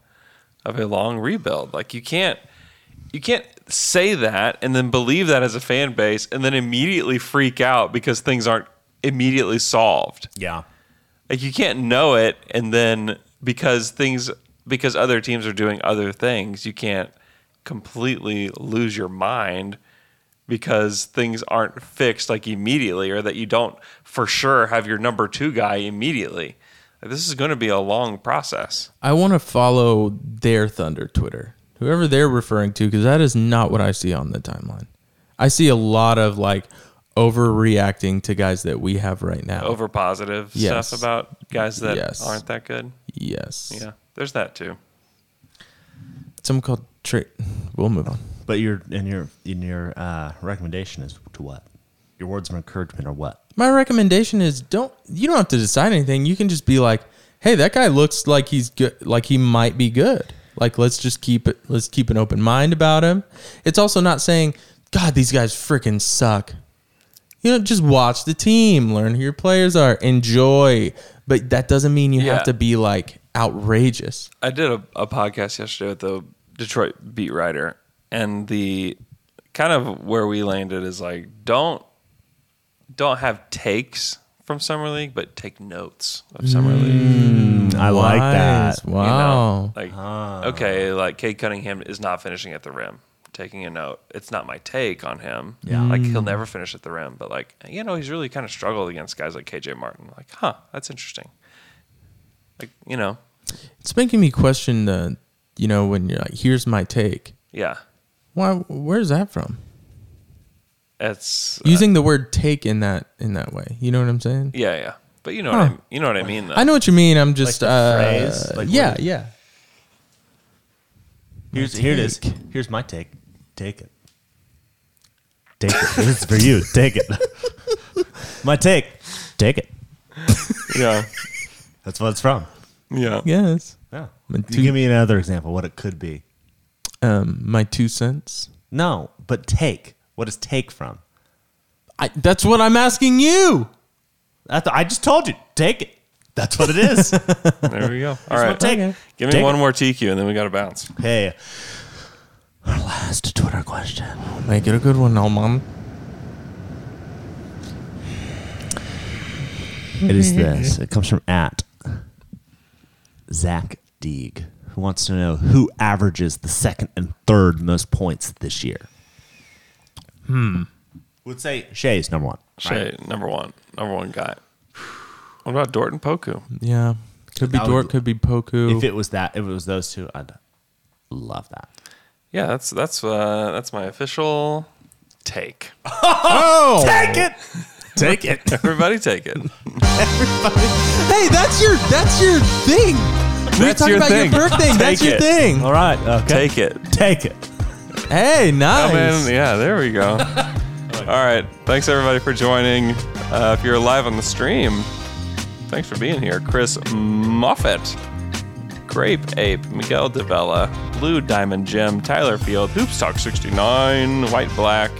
H: of a long rebuild. Like you can't you can't say that and then believe that as a fan base and then immediately freak out because things aren't immediately solved
A: Yeah.
H: like you can't know it and then because things because other teams are doing other things you can't completely lose your mind because things aren't fixed like immediately or that you don't for sure have your number two guy immediately Like, this is going to be a long process
D: I want to follow their Thunder Twitter, whoever they're referring to, because that is not what I see on the timeline. I see a lot of like overreacting to guys that we have right now.
H: over positive
D: Yes.
H: stuff about guys that
D: Yes.
H: aren't that good
D: yes,
H: yeah there's that too
D: Someone called Trick. We'll move on.
A: But your and your in your uh, recommendation is to what? Your words of encouragement are what?
D: My recommendation is don't you don't have to decide anything. You can just be like, "Hey, that guy looks like he's good, like he might be good." Like let's just keep it let's keep an open mind about him. It's also not saying, "God, these guys freaking suck." You know, just watch the team, learn who your players are, enjoy, but that doesn't mean you
H: Yeah.
D: have to be like outrageous.
H: I did a, a podcast yesterday with the Detroit beat writer, and the kind of where we landed is like don't don't have takes from summer league, but take notes of summer league.
A: I like that.
D: Wise. Wow.
H: You know? Like okay, like Cade Cunningham is not finishing at the rim. Taking a note, it's not my take on him. Yeah, like he'll never finish at the rim, but like you know, he's really kind of struggled against guys like KJ Martin. Like, huh, that's interesting. Like you know,
D: It's making me question the, you know, when you're like, "Here's my take."
H: yeah,
D: Why where's that from?
H: it's
D: using the word take in that in that way. You know what I'm saying?
H: Yeah, yeah. But you know
D: Huh.
H: what I, you know what I mean though.
D: I know what you mean. I'm just
A: the
D: uh,
A: phrase? Like
D: yeah,
A: what-
D: yeah.
A: Here's here it is. Here's my take. Take it. Take it. This is for you. Take it. *laughs* my take. Take it.
H: Yeah.
A: That's what it's from.
H: Yeah.
D: Yes.
A: Yeah.
D: My
A: You
D: two,
A: give me another example. What it could be.
D: um, my two cents.
A: No, but take. What is take from?
D: I, that's what I'm asking you.
A: I, th- I just told you. Take it. That's what it is.
H: There we go. All
A: my
H: right.
A: take.
H: Give me
A: Take
H: one
A: it.
H: more TQ and then we got to bounce.
A: Hey. Our last Twitter question.
D: Make it a good one, now, mom.
A: It is this. It comes from at Zach Deeg, who wants to know who averages the second and third most points this year. Hmm. Would say Shay's number one.
H: Shay, number one. Number one guy. What about Dorton Poku?
D: Yeah. Could be
A: That would-
D: Dort. Could be Poku.
A: If it was that, if it was those two, I'd love that.
H: Yeah, that's that's uh that's my official
D: *laughs*
H: take.
A: Take it. Oh. Take it.
H: Everybody take it.
D: hey, that's your that's your thing. We were
H: That's
D: talking
H: your
D: about
H: thing.
D: your birthday. that's
H: Take
D: your
H: it.
D: thing.
A: All right. Okay.
H: Take it.
A: Take it.
D: Hey,
H: Oh, man,
D: nice.
H: yeah, there we go. All right. Thanks everybody for joining. Uh, if you're live on the stream, thanks for being here. Chris Moffett, Grape Ape, Miguel Devella, Blue Diamond Jim, Tyler Field, Hoops Talk 69, White Black,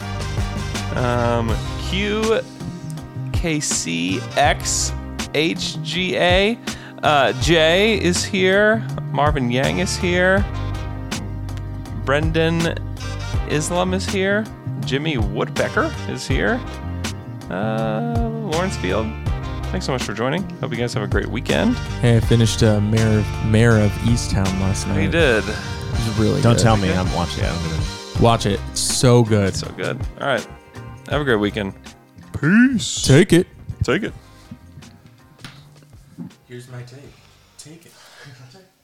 H: um, Q KCXHGA. Uh, Jay is here. Marvin Yang is here. Brendan Islam is here. Jimmy Woodpecker is here. Uh, Lawrence Field. Thanks so much for joining. Hope you guys have a great weekend.
D: Hey, I finished uh, mayor mayor of Easttown last night.
H: We did.
D: It was really
A: Don't
D: good.
A: tell me I'm watching it. I'm gonna
D: Watch it. It's so good.
H: So good. All right.
C: Have a great weekend. Peace.
D: Take it.
C: Take it.
D: Here's my tape. Take it.